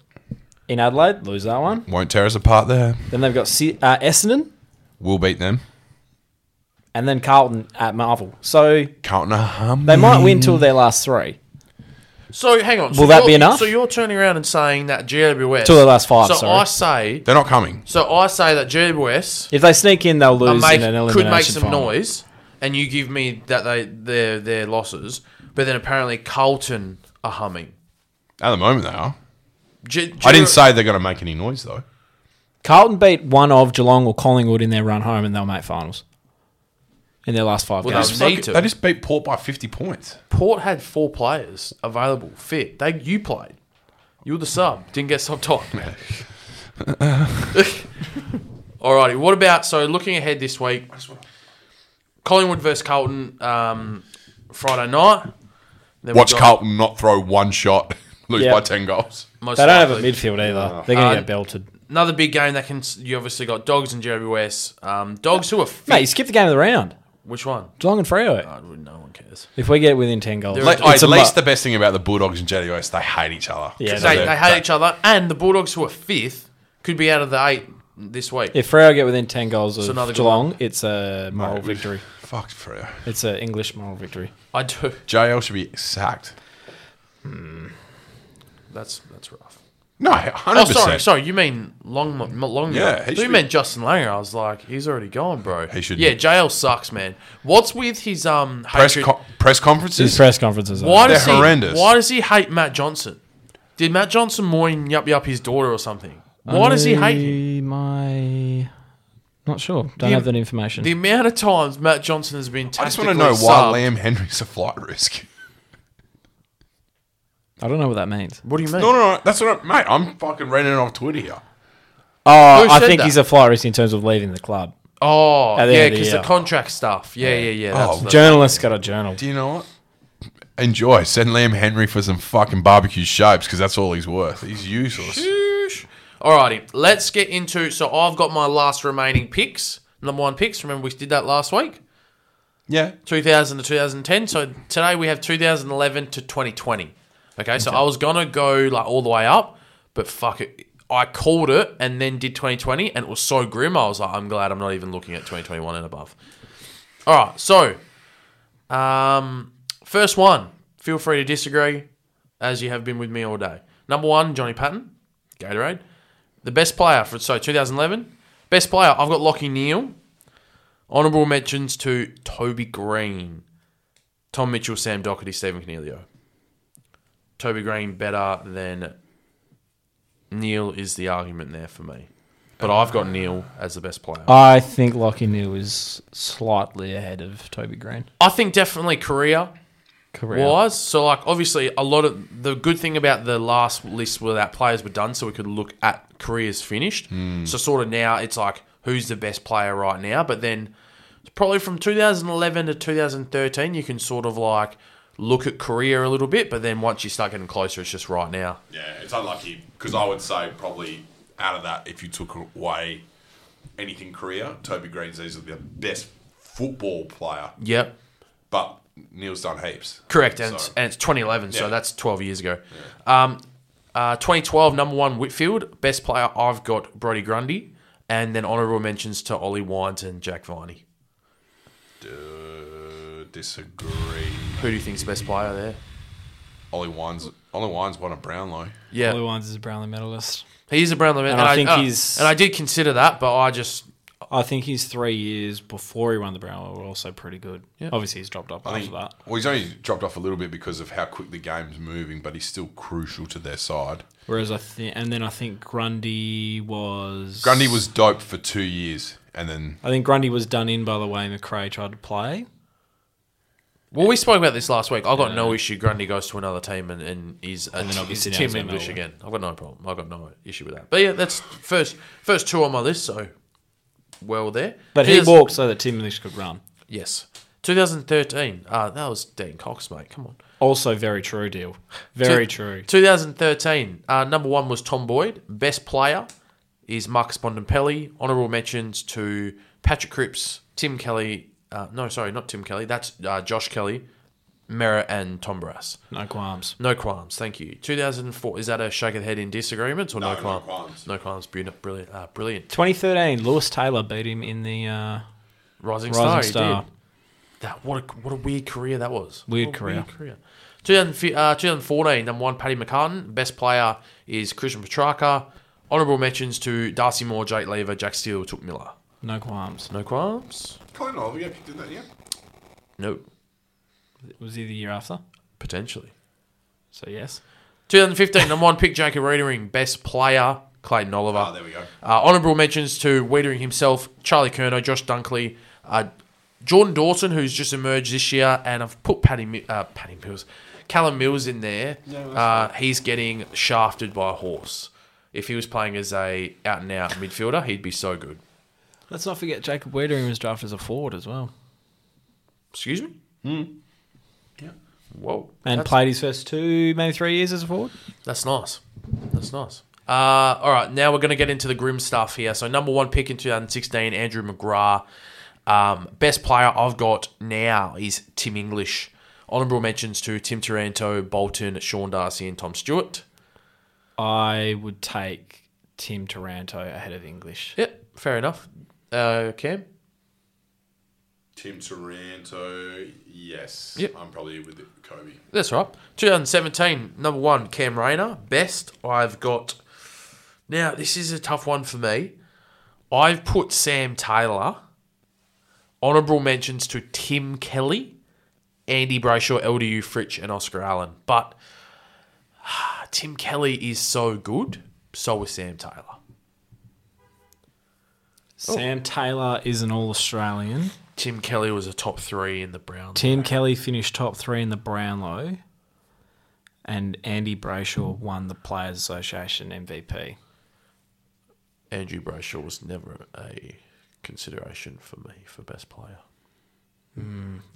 in Adelaide. Lose that one. Won't tear us apart there. Then they've got Si- uh, Essendon. We'll beat them. And then Carlton at Marvel. So Carlton are hum. they might win till their last three. So hang on. so Will that you're- be enough? So you're turning around and saying that GWS To the last five, So sorry. I say, They're not coming. so I say that GWS If they sneak in, they'll are lose make, in an elimination could make some final. noise, and you give me that they their their losses, but then apparently Carlton are humming. At the moment, they are. G- G- I didn't say they're going to make any noise though. Carlton beat one of Geelong or Collingwood in their run home, and they'll make finals in their last five Well, games. they'll Fuck need it, to. They just beat Port by 50 points. Port had four players available fit. They you played. You were the sub. Didn't get subbed on. Alrighty. What about so looking ahead this week? Collingwood versus Carlton um, Friday night. Then we've Watch got Carlton not throw one shot, lose Yeah. by 10 goals. most They don't have a likely. midfield either. They're going Uh, to get belted. Another big game that can. You obviously got Dogs and GWS. Um, dogs who are fit. Mate, you skip the game of the round. Which one? Geelong and Freo. I wouldn't- No one cares. If we get within 10 goals. Oh. They're- Like, It's at a least mu- the best thing about the Bulldogs and GWS, they hate each other. Yeah, They, do. they hate each other, and the Bulldogs who are fifth could be out of the eight this week. If Freo get within 10 goals of another good Geelong, it's a moral Mate, we- victory. Fuck Freo. It's an English moral victory. I do. JL should be sacked. That's that's rough. No, 100%. Oh, sorry, sorry. You mean long, long? Yeah, he you should be- meant Justin Langer? I was like, he's already gone, bro. He should- Yeah, JL sucks, man. What's with his um Press, hatred- co- press These conferences? press conferences. are- Why They're does he, horrendous. Why does he hate Matt Johnson? Did Matt Johnson moin yup yup his daughter or something? Why does he hate him? I- My. Not sure. Don't The- have that information. The amount of times Matt Johnson has been I tactically just want to know why subbed- Liam Henry's a flight risk. I don't know what that means. What do you mean? No, no, no. That's what I, mate, I'm fucking reading it off Twitter here. Oh, Who I said think that? he's a flight risk in terms of leaving the club. Oh, At the yeah, end of the because the, year. contract stuff. Yeah, yeah, yeah. Oh, That's the- Journalist got a journal. Do you know what? Enjoy. Send Liam Henry for some fucking barbecue shapes because that's all he's worth. He's useless. Sheesh. Alrighty, let's get into. So I've got my last remaining picks, number one picks. Remember we did that last week, Yeah. 2000 to 2010. So today we have 2011 to 2020. Okay, so I was gonna go like all the way up, but fuck it, I called it and then did 2020, and it was so grim. I was like, I'm glad I'm not even looking at 2021 and above. All right, so um, first one. Feel free to disagree, as you have been with me all day. Number one, Johnny Patton, Gatorade. The best player for so 2011. Best player, I've got Lockie Neal. Honourable mentions to Toby Green, Tom Mitchell, Sam Doherty, Stephen Canelio. Toby Green better than Neil is the argument there for me, but I've got Neil as the best player. I think Lockie New is slightly ahead of Toby Green. I think definitely career Career. wise. So like obviously a lot of the good thing about the last list where that players were done, so we could look at careers finished. So sort of now it's like who's the best player right now, but then it's probably from 2011 to 2013 you can sort of like look at career a little bit, but then once you start getting closer, it's just right now. Yeah, it's unlucky because I would say probably out of that, if you took away anything career, Toby Green's easily the best football player, Yep. but Neil's done heaps. Correct, and, So- it's, and it's 2011, so Yeah. that's 12 years ago. Um, uh, 2012, number one Whitfield, best player I've got Brody Grundy, and then honourable mentions to Ollie Wines and Jack Viney. Uh, disagree. Who do you think's the best player there? Ollie Wines. Ollie Wines won a Brownlow. Yeah, Blue Ones is a Brownlee medalist. he is a Brownlow man, And I think he's- and I did consider that, but I just I think his three years before he won the Brownlee were also pretty good. Obviously, he's dropped off I after think- that. Well, he's only dropped off a little bit because of how quick the game's moving, but he's still crucial to their side. Whereas I think, and then I think Grundy was Grundy was dope for two years, and then I think Grundy was done in by the way McRae tried to play. well, we spoke about this last week. I got no issue. Grundy goes to another team and, and is a, then is obviously now Tim he's on English that again. I've got no problem. I've got no issue with that. But yeah, that's first first two on my list. So well there, But he Here's- walked so that Tim English could run. Yes. 2013. Ah, that was Dean Cox, mate. Come on. Also, very true deal. Very Two- true. 2013. Uh, number one was Tom Boyd. Best player is Marcus Bontempelli. Honourable mentions to Patrick Cripps, Tim Kelly. Uh, no, sorry, not Tim Kelly. That's uh, Josh Kelly, Merritt, and Tom Brass. No qualms. No qualms. Thank you. 2004. Is that a shake of the head in disagreements or no, No, no qualms? qualms. No qualms. Brilliant. Brilliant. Uh, brilliant. 2013, Lewis Taylor beat him in the uh, Rising Rising, Star. he Star. did. That what a, what a weird career that was. Weird What a career. 2015 uh, 2014, number one, Paddy McCartan. Best player is Christian Petrarca. Honourable mentions to Darcy Moore, Jake Lever, Jack Steele, Took Miller. No qualms. No qualms? Colin Oliver got picked in that year. No, Was he the year after? potentially. So yes. 2015, number one pick, Jacob Wiedering. Best player, Clayton Oliver. Ah, there we go. Uh, honourable mentions to Wiedering himself, Charlie Kerno, Josh Dunkley, uh, Jordan Dawson, who's just emerged this year, and I've put Paddy, Mi- uh, Paddy Mills, Callum Mills in there. uh, he's getting shafted by a horse. If he was playing as a out and out midfielder, he'd be so good. Let's not forget Jacob Wiedering was drafted as a forward as well, Excuse me. Yeah. Whoa. and That's- played his first two, maybe three years as a forward. That's nice. That's nice. Uh, all right, now we're going to get into the grim stuff here. So, number one pick in 2016, Andrew McGrath. Um, best player I've got now is Tim English. Honourable mentions to Tim Taranto, Bolton, Sean Darcy, and Tom Stewart. I would take Tim Taranto ahead of English. Yep, fair enough. Uh, Cam? Tim Taranto, yes. Yep. I'm probably with Kobe. That's right. 2017, number one, Cam Rayner. Best I've got. Now, this is a tough one for me. I've put Sam Taylor. Honourable mentions to Tim Kelly, Andy Brayshaw, LDU Fritch, and Oscar Allen. But ah, Tim Kelly is so good. So is Sam Taylor. Sam Taylor is an All Australian. Tim Kelly was a top three in the Browns. Tim Kelly finished top three in the Brownlow, and Andy Brayshaw won the Players Association MVP. Andrew Brayshaw was never a consideration for me for best player.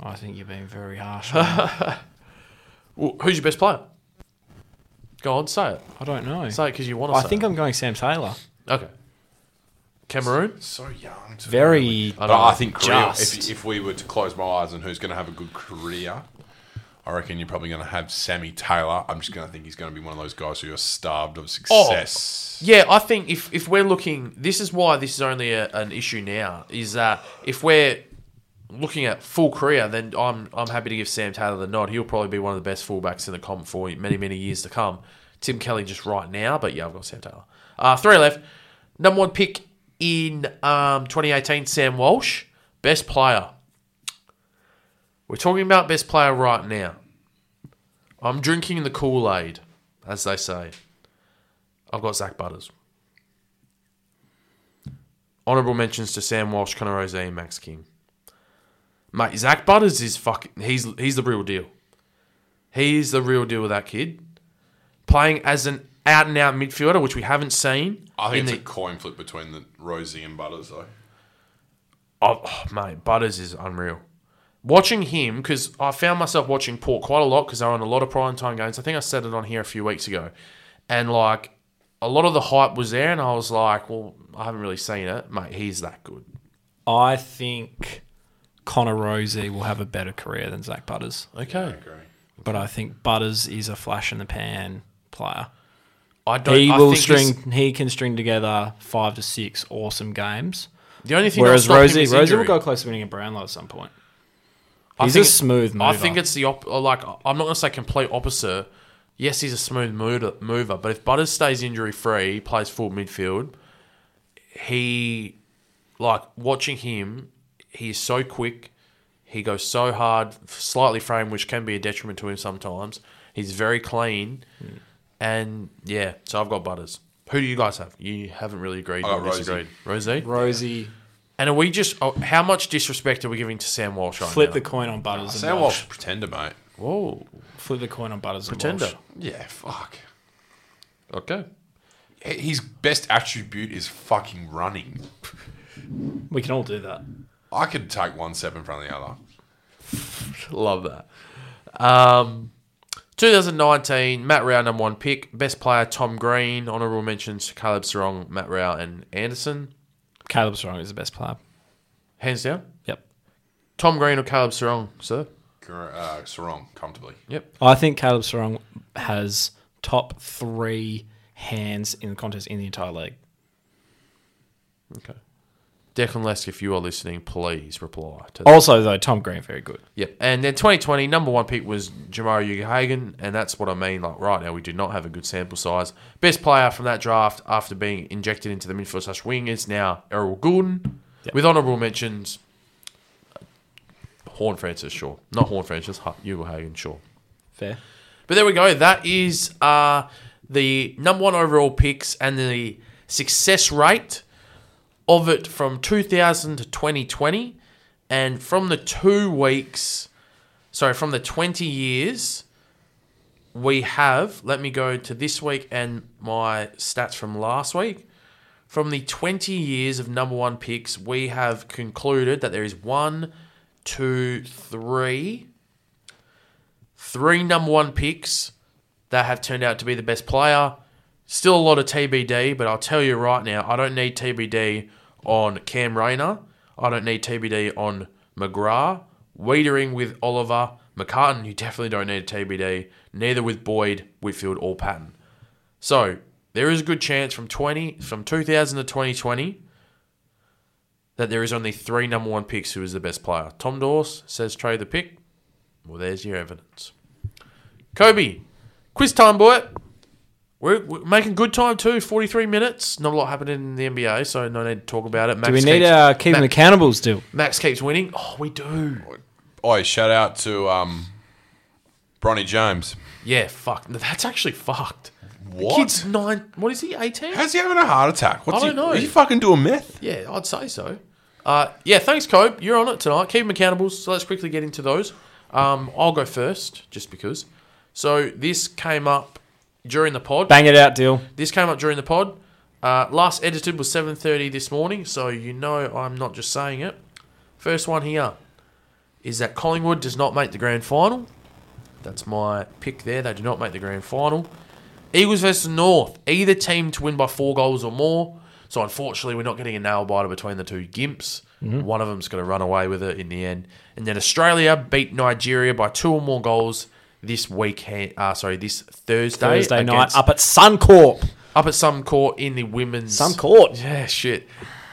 I think you're being very harsh. I Well, who's your best player? Go on, say it. don't know. Say it because you want to. I think I'm going Sam Taylor. okay. Cameroon. So young. To Very. I But don't I know. think career, Just. if, if we were to close my eyes on who's going to have a good career, I reckon you're probably going to have Sammy Taylor. I'm just going to think he's going to be one of those guys who are starved of success. Yeah, I think if, if we're looking, this is why this is only a, an issue now. Is that if we're looking at full career, then I'm I'm happy to give Sam Taylor the nod. He'll probably be one of the best fullbacks in the comp for many many years to come. Tim Kelly just right now, but yeah, I've got Sam Taylor. Uh, three left. Number one pick in um, 2018, Sam Walsh, best player. We're talking about best player right now. I'm drinking the Kool Aid, as they say. I've got Zach Butters. Honourable mentions to Sam Walsh, Connor Rose, and Max King. Mate, Zach Butters is fucking. He's he's the real deal. He is the real deal with that kid. Playing as an out and out midfielder, which we haven't seen. I think in it's the- a coin flip between the Rosie and Butters, though. Oh, oh, mate, Butters is unreal. Watching him, because I found myself watching Port quite a lot because they're on a lot of prime time games. I think I said it on here a few weeks ago. And, like, a lot of the hype was there, and I was like, well, I haven't really seen it. Mate, he's that good. I think Connor Rosie will have a better career than Zach Butters, Okay. but I think Butters is a flash in the pan player. I don't, He I will think string. he's- He can string together five to six awesome games. The only thing Whereas Rosie, Rosie will go go. close to winning a Brownlow at some point. I He's think a it- smooth mover. I think it's the op- or, like I'm not gonna say complete opposite. Yes, he's a smooth mover, mover but if Butters stays injury free, plays full midfield, he like watching him. He is so quick. He goes so hard, slightly framed, which can be a detriment to him sometimes. He's very clean, Hmm. and yeah. So I've got Butters. Who do you guys have? You haven't really agreed I got or Rosie. disagreed. Rosie. Rosie And are we just oh, how much disrespect are we giving to Sam Walsh? Right flip now? the coin on Butters. and Sam Walsh. Walsh, pretender, mate. whoa Flip the coin on Butters. And pretender. Walsh. Yeah, fuck. Okay. His best attribute is fucking running. We can all do that. I could take one step in front of the other. Love that. Um, 2019, Matt Rao, number one pick. Best player, Tom Green. Honourable mentions, Caleb Sarong, Matt Rao, and Anderson. Caleb Strong is the best player. Hands down. Yep. Tom Green or Caleb Sarong, sir? Cor- Uh, Sarong, comfortably. Yep. I think Caleb Strong has top three hands in the contest in the entire league. Okay. Declan Lesk, if you are listening, please reply to that. Also, though, Tom Green very good. Yep. And then 2020, number one pick was Jamari Ugehagen, and that's what I mean. Like right now, we do not have a good sample size. Best player from that draft after being injected into the midfield slash wing is now Errol Goulden, Yep. with honourable mentions. Horn Francis, sure. Not Horn Francis, Hu- Ugehagen, sure. Fair. But there we go. That is uh, the number one overall picks and the success rate of it from 2000 to 2020. And from the two weeks, sorry, from the 20 years, we have, let me go to this week and my stats from last week. From the 20 years of number one picks, we have concluded that there is one, two, three, three number one picks that have turned out to be the best player. Still a lot of TBD, but I'll tell you right now, I don't need TBD on Cam Rayner. I don't need TBD on McGrath. Weedering with Oliver. McCartan, you definitely don't need a TBD. Neither with Boyd, Whitfield, or Patton. So there is a good chance from twenty from two thousand to twenty twenty that there is only three number one picks who is the best player. Tom Dawes says trade the pick. Well, there's your evidence. Kobe, quiz time, boy. We're, we're making good time too. Forty-three minutes. Not a lot happening in the NBA, so no need to talk about it. Max Do we need uh, our keeps, keep them Max, accountable still? Max keeps winning. Oh, we do. Oi, shout out to um, Bronny James. Yeah, fuck. That's actually fucked. What? Kid's nine. What is he? Eighteen. How's he having a heart attack? What's I don't he, know. Is he fucking doing meth? Yeah, I'd say so. Uh, yeah, thanks, Cope. You're on it tonight. Keep them accountable. So let's quickly get into those. Um, I'll go first, just because. So this came up during the pod. Bang it out, deal. This came up during the pod. Uh, last edited was 7.30 this morning, so you know I'm not just saying it. First one here is that Collingwood does not make the grand final. That's my pick there. They do not make the grand final. Eagles versus North. Either team to win by four goals or more. So unfortunately, we're not getting a nail biter between the two gimps. Mm-hmm. One of them's going to run away with it in the end. And then Australia beat Nigeria by two or more goals this weekend. Uh, sorry, this Thursday. Thursday night against- up at Suncorp. up at Oh, some court in the women's Suncorp. yeah, shit.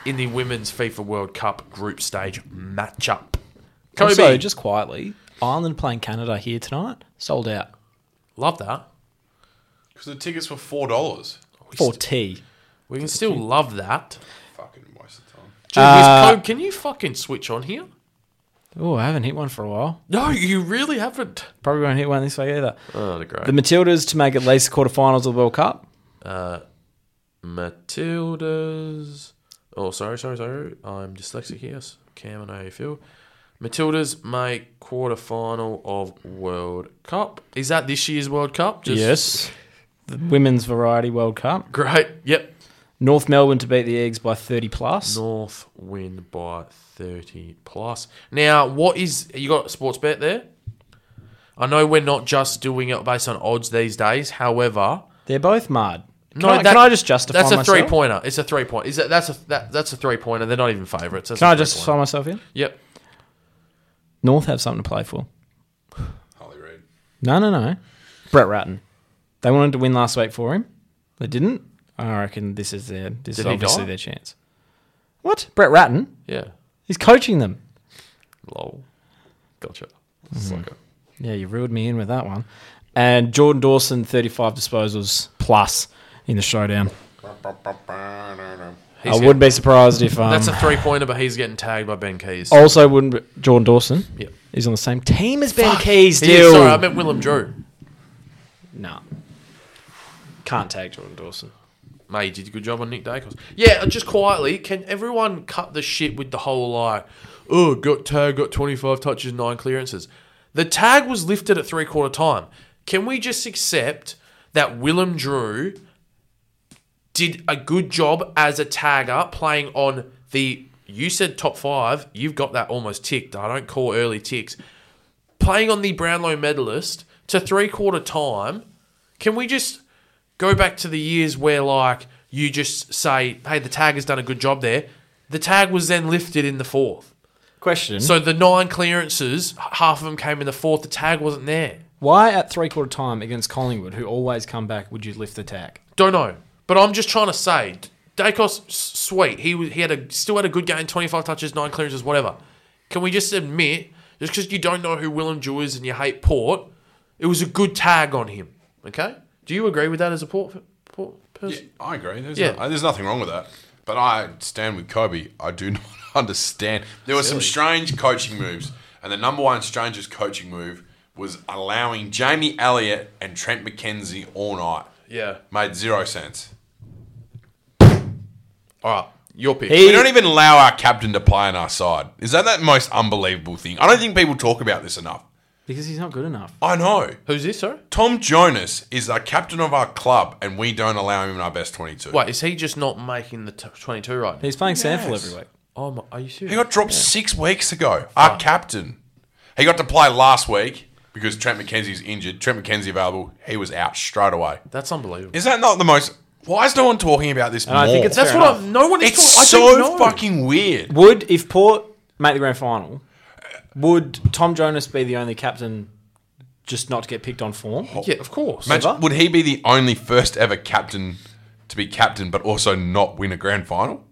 In the women's FIFA World Cup group stage matchup. Kobe, Also, just quietly, Ireland playing Canada here tonight. Sold out. love that. Because the tickets were four dollars. For T. We can still love that. Fucking waste of time. Dude, Code, can you fucking switch on here? Oh, I haven't hit one for a while. No, you really haven't. Probably won't hit one this week either. Oh, the great. The Matildas to make at least the quarterfinals of the World Cup. Matildas. Oh, sorry, sorry, sorry. I'm dyslexic here. Yes. Cam and AFL. Matildas make quarterfinal of World Cup. Is that this year's World Cup? Just- The Women's Variety World Cup. Great. Yep. North Melbourne to beat the Eggs by 30 plus. North win by 30 plus. Now, what is you got sports bet there? I know we're not just doing it based on odds these days. However, They're both marred. Can, no, I, that- can I just justify That's a myself? three pointer. It's a three point. Is that that's a that, that's a three pointer? They're not even favourites. That's Can a I three justify pointer. myself here? Yep. North have something to play for. Holy Reid. No, no, no. Brett Ratton. They wanted to win last week for him. They didn't. I reckon this is their this is Did he obviously die? their chance. What? Brett Ratton? Yeah. He's coaching them. Lol. Gotcha. Mm-hmm. It's like a- Yeah, you reeled me in with that one. And Jordan Dawson, 35 disposals plus in the showdown. He's I getting- wouldn't be surprised if. Um, Oh, That's a three pointer, but he's getting tagged by Ben Keys. also, wouldn't be, Jordan Dawson? Yep. He's on the same team as Ben Keys, He is- dude. sorry, I meant Willem Drew. no. Can't tag Jordan Dawson. Mate, you did a good job on Nick Dacos. Yeah, uh, just quietly, can everyone cut the shit with the whole like, oh, got tag, got 25 touches, nine clearances? The tag was lifted at three quarter time. Can we just accept that Willem Drew did a good job as a tagger playing on the, you said top five, you've got that almost ticked. I don't call early ticks. Playing on the Brownlow medalist to three quarter time. Can we just go back to the years where like you just say, "Hey, the tag has done a good job there." The tag was then lifted in the fourth. Question. So the nine clearances, h- half of them came in the fourth. The tag wasn't there. Why at three quarter time against Collingwood, who always come back, would you lift the tag? Don't know, but I'm just trying to say, Dacos, s- sweet, he was- he had a still had a good game, 25 touches, nine clearances, whatever. Can we just admit, just because you don't know who Willem Drew is and you hate Port, it was a good tag on him. Okay, do you agree with that as a Port, Port Yeah, person? I agree. There's, Yeah. no- there's nothing wrong with that. But I stand with Kobe. I do not understand. There were some strange coaching moves, and the number one strangest coaching move was allowing Jamie Elliott and Trent McKenzie all night. Yeah. Made zero sense. All right, your pick. we don't even allow our captain to play on our side. Is that that most unbelievable thing? I don't think people talk about this enough. Because he's not good enough. I know. Who's this, sir? Tom Jonas is our captain of our club, and we don't allow him in our best 22. Wait, is he just not making the t- 22 right now? He's playing Sanford every week. Oh, my, are you serious? He got dropped six weeks ago. Oh. Our captain. He got to play last week because Trent McKenzie's injured. Trent McKenzie available. He was out straight away. That's unbelievable. Is that not the most? Why is no one talking about this more? I think it's- That's Fair what enough. I'm. No one is It's talking- I so didn't know. fucking weird. Would if Port make the grand final, would Tom Jonas be the only captain just not to get picked on form? Yeah, of course. Imagine, would he be the only first ever captain to be captain, but also not win a grand final?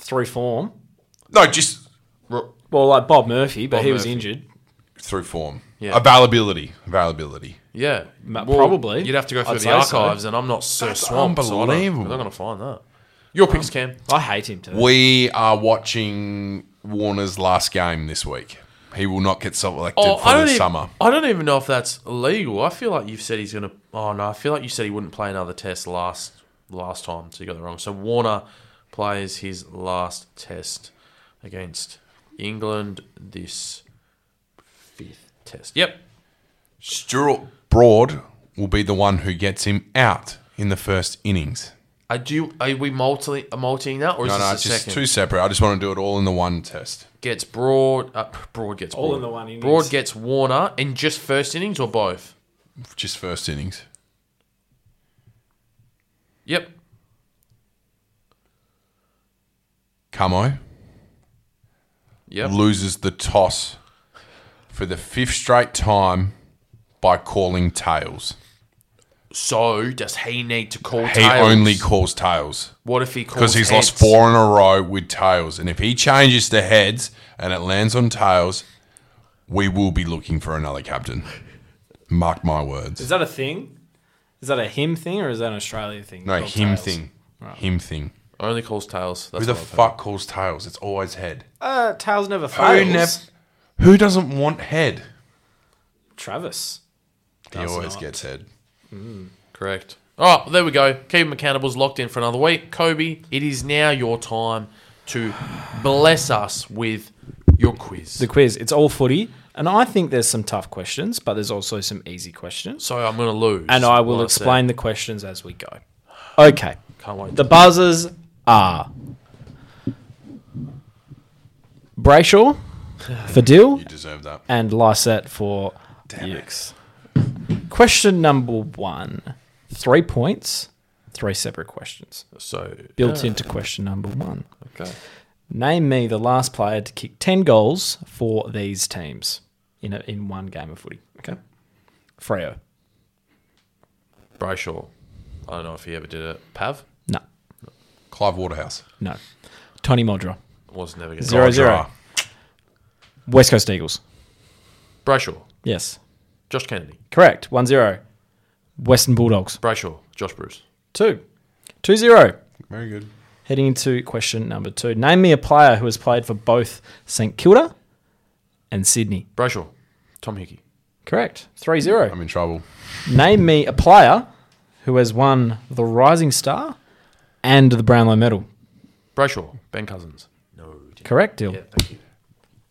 Through form. No, just r- Well, like Bob Murphy, but Bob he was Murphy. injured. through form. Yeah. Availability, availability. Yeah, Ma- probably. You'd have to go through I'd the say so. archives, and I'm not so That's swamped. so I don't- unbelievable. I'm not going to find that. Your picks, Cam. I hate him too. We are watching Warner's last game this week. He will not get selected Oh, for I the don't. Even, summer. I don't even know if that's legal. I feel like you've said he's going to. Oh no, I feel like you said he wouldn't play another test last last time, so you got that wrong. So Warner plays his last test against England this fifth test. Yep, Stuart Broad will be the one who gets him out in the first innings. Are do are we multi, multing that or is No, no, this it's the just second? two separate. I just want to do it all in the one test. Gets broad. Uh, broad gets All broad. in the one innings. Broad gets Warner in just first innings or both. Just first innings. Yep. Camo Yep. loses the toss for the fifth straight time by calling tails. So does he need to call? He tails? only calls tails What if he calls? because he's lost heads? four in a row with tails. And if he changes to heads and it lands on tails, we will be looking for another captain. Mark my Is words. that a thing? Is that a him thing or is that an Australia thing? No, Called him tails? thing. Him thing. Only calls tails. That's Who the what I've heard. fuck calls tails? It's always head. Uh, tails never Who, fails. nev- who doesn't want head? Travis. He Does always not. gets head. Correct. All right, there we go. Keep McCannibals locked in for another week. Kobe, it is now your time to bless us with your quiz. The quiz. It's all footy, and I think there's some tough questions, but there's also some easy questions. so I'm going to lose. and I what will said. explain the questions as we go. Okay. Can't wait. The buzzers are Brayshaw for Dill You deserve that. and Lysette for Dix. Question number one. Three points, three separate questions so built into question number one. okay. Name me the last player to kick 10 goals for these teams in, a, in one game of footy. Okay. Freo. Brayshaw. I don't know if he ever did it. Pav No. Clive Waterhouse. No. Tony Modra. was never going to Zero, zero. Draw. West Coast Eagles. Brayshaw. Yes. Josh Kennedy. Correct. 1 0. Western Bulldogs. Brayshaw. Josh Bruce. 2. 2 0. Very good. Heading into question number two. Name me a player who has played for both St Kilda and Sydney. Brayshaw. Tom Hickey. Correct. 3 0. I'm in trouble. Name me a player who has won the Rising Star and the Brownlow Medal. Brayshaw. Ben Cousins. No. Correct, Dill. Yeah, thank you.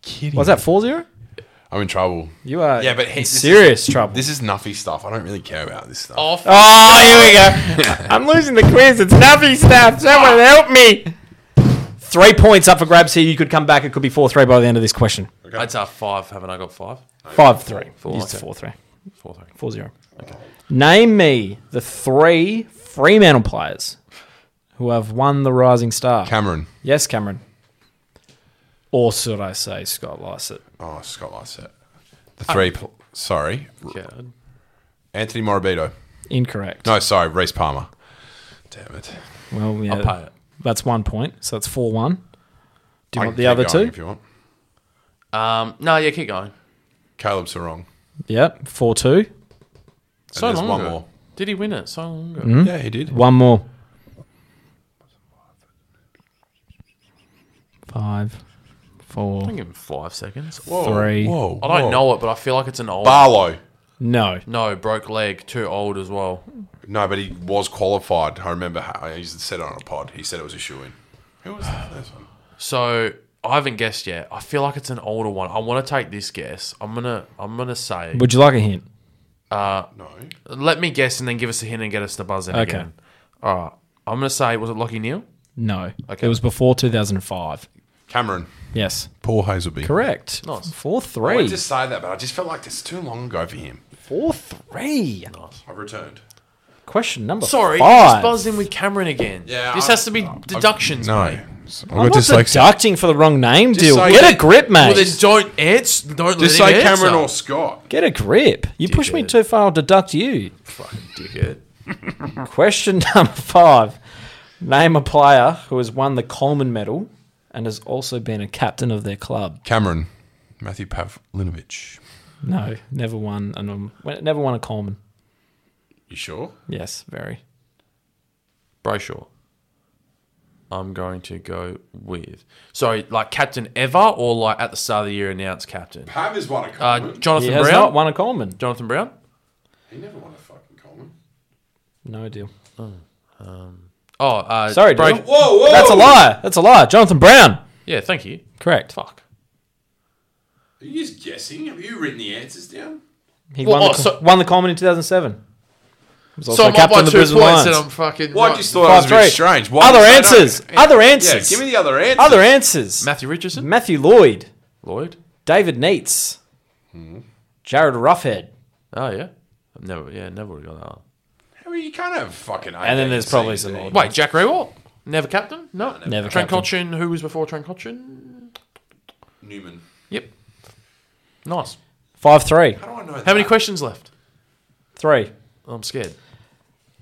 Kidding. Was that 4 0? I'm in trouble. You are Yeah, but hey, in this is- serious trouble. This is nuffy stuff. I don't really care about this stuff. Off. Oh, here we go. I'm losing the quiz. It's Navi stuff. Someone Ah. help me. Three points up for grabs here. You could come back. It could be 4 3 by the end of this question. That's our five. Haven't I got five? 5 3. Four, Used okay. 4 3. Four three. 4 0. Name me the three Fremantle players who have won the Rising Star. Cameron. yes, Cameron. Or should I say Scott Lysett? Oh, Scott Lysett. The three. pl- sorry. Yeah. Anthony Morabito. Incorrect. No, sorry. Reese Palmer. Damn it. Well, yeah, I'll pay it. that's one point. So that's 4 1. Do you I want can the other keep going two? If you want. Um. No. Yeah. Keep going. Caleb Sarong. Yep, 4 2. So there's long one ago. more. Did he win it so long ago? Yeah, he did. One more. Five, I'll four, give him five seconds. three. Whoa. I don't whoa. know it, but I feel like it's an old. Barlow. No. no, broke leg. Too old as well. No, but he was qualified. I remember how he said it on a pod. He said it was a shoe in. Who was that? That's one. So I haven't guessed yet. I feel like it's an older one. I want to take this guess. I'm gonna. I'm gonna say. Would you like a hint? No. Let me guess and then give us a hint and get us the buzz in Okay. again. All right. I'm gonna say. Was it Lockie Neal? No. Okay. It was before 2005. Cameron. Yes. Paul Hazelby. Correct. Nice. Four, I three. wanted to say that, but I just felt like it's too long ago for him. Four, three. I've returned. Question number Sorry, I just five. buzzed in with Cameron again. Yeah, This I- has to be deductions. No. mate. I've I'm got not deducting for the wrong name, deal. say- Get a grip, mate. Well, then don't answer. Don't Just let him say answer. Cameron or Scott. Get a grip. You push me Dickhead. too far, I'll deduct you. Fucking dickhead. Question number five. Name a player who has won the Coleman Medal and has also been a captain of their club. Cameron. Matthew Pavlinovich. No, never won an um, never won a Coleman. You sure? Yes, very. Brayshaw. I'm going to go with. Sorry, like captain ever or like at the start of the year announced captain? Pav is one a Uh, Coleman. He Jonathan has Brown? not won a Coleman. Jonathan Brown? he never won a fucking Coleman. No deal. Oh, uh, Sorry, Bray- Dale. Whoa, whoa! That's a lie. That's a lie. Jonathan Brown. Yeah, thank you. Correct. Fuck. Are you just guessing? Have you written the answers down? He Well, won, oh, the, Co- so- won the Coleman in 2007. He's So also I'm up by captain of the two points Brisbane Lions. and I'm fucking. Why do right. you thought that was a bit 5-3. strange? Why Other was that answers. up? Other Yeah, answers. give me the other answer. Other answers. Matthew Richardson? Matthew Lloyd, Lloyd? David Neitz, Jared Roughhead, Oh, yeah. I've never, yeah, never would have got that one. I mean, you can't have fucking. and then there's probably some more. Wait, Jack Rewalt? Never captain? No. Never Trent captain. Cotchin, who was before Trent Cotchin? Newman. Yep. Nice. Five three How do I know? How many questions left? three. I'm scared.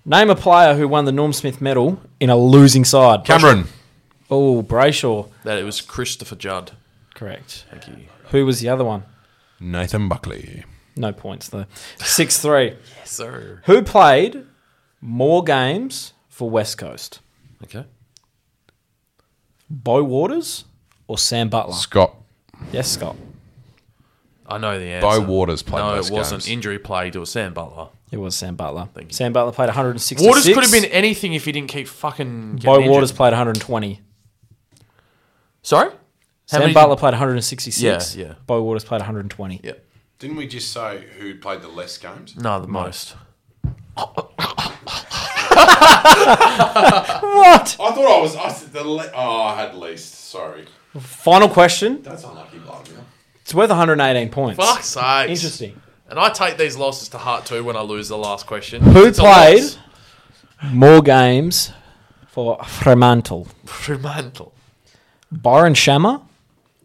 Name a player who won the Norm Smith Medal in a losing side. Oh, Brayshaw. That it was Christopher Judd. Correct. Thank you. Who was the other one? Nathan Buckley. No points though. Six three. So Who played more games for West Coast? okay. Bo Waters or Sam Butler? Scott. Yes, Scott. I know the answer. Bo Waters played No, most it wasn't games. injury play to a Sam Butler. It was Sam Butler. Thank you. Sam Butler played 166. Waters could have been anything if he didn't keep Bo fucking. getting injured. Waters played 120. Sorry. Sam many- Butler played 166. Yeah, yeah. Bo Waters played 120. Yeah. Didn't we just say who played the less games? No, the most. What? I thought I was. I said the le- oh, I had least. Sorry, Final question. that's unlucky, Vladimir. It's worth 118 points. Fuck's sake. Interesting. And I take these losses to heart too when I lose the last question. Who It's a played loss. more games for Fremantle? Fremantle. Byron Shammer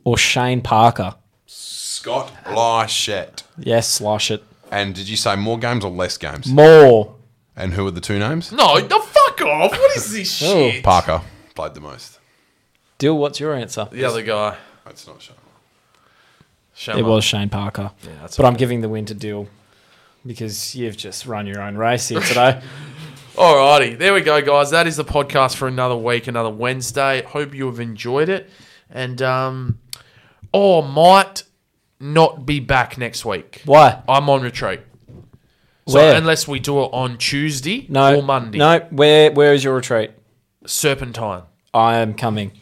or Shane Parker? Scott Lachette. Yes, slosh it. And did you say more games or less games? More. And who were the two names? No, the fuck off. What is this Oh. shit? Parker played the most. Dill, what's your answer? The other guy. That's not sure. Shame It on- was Shane Parker. that's but I'm giving the win to Dill because you've just run your own race here today. Alrighty, there we go, guys. That is the podcast for another week, another Wednesday. Hope you have enjoyed it, and um, or might not be back next week. Why? I'm on retreat, so Where? unless we do it on Tuesday no. or Monday, No. Where? Where is your retreat? Serpentine. I am coming.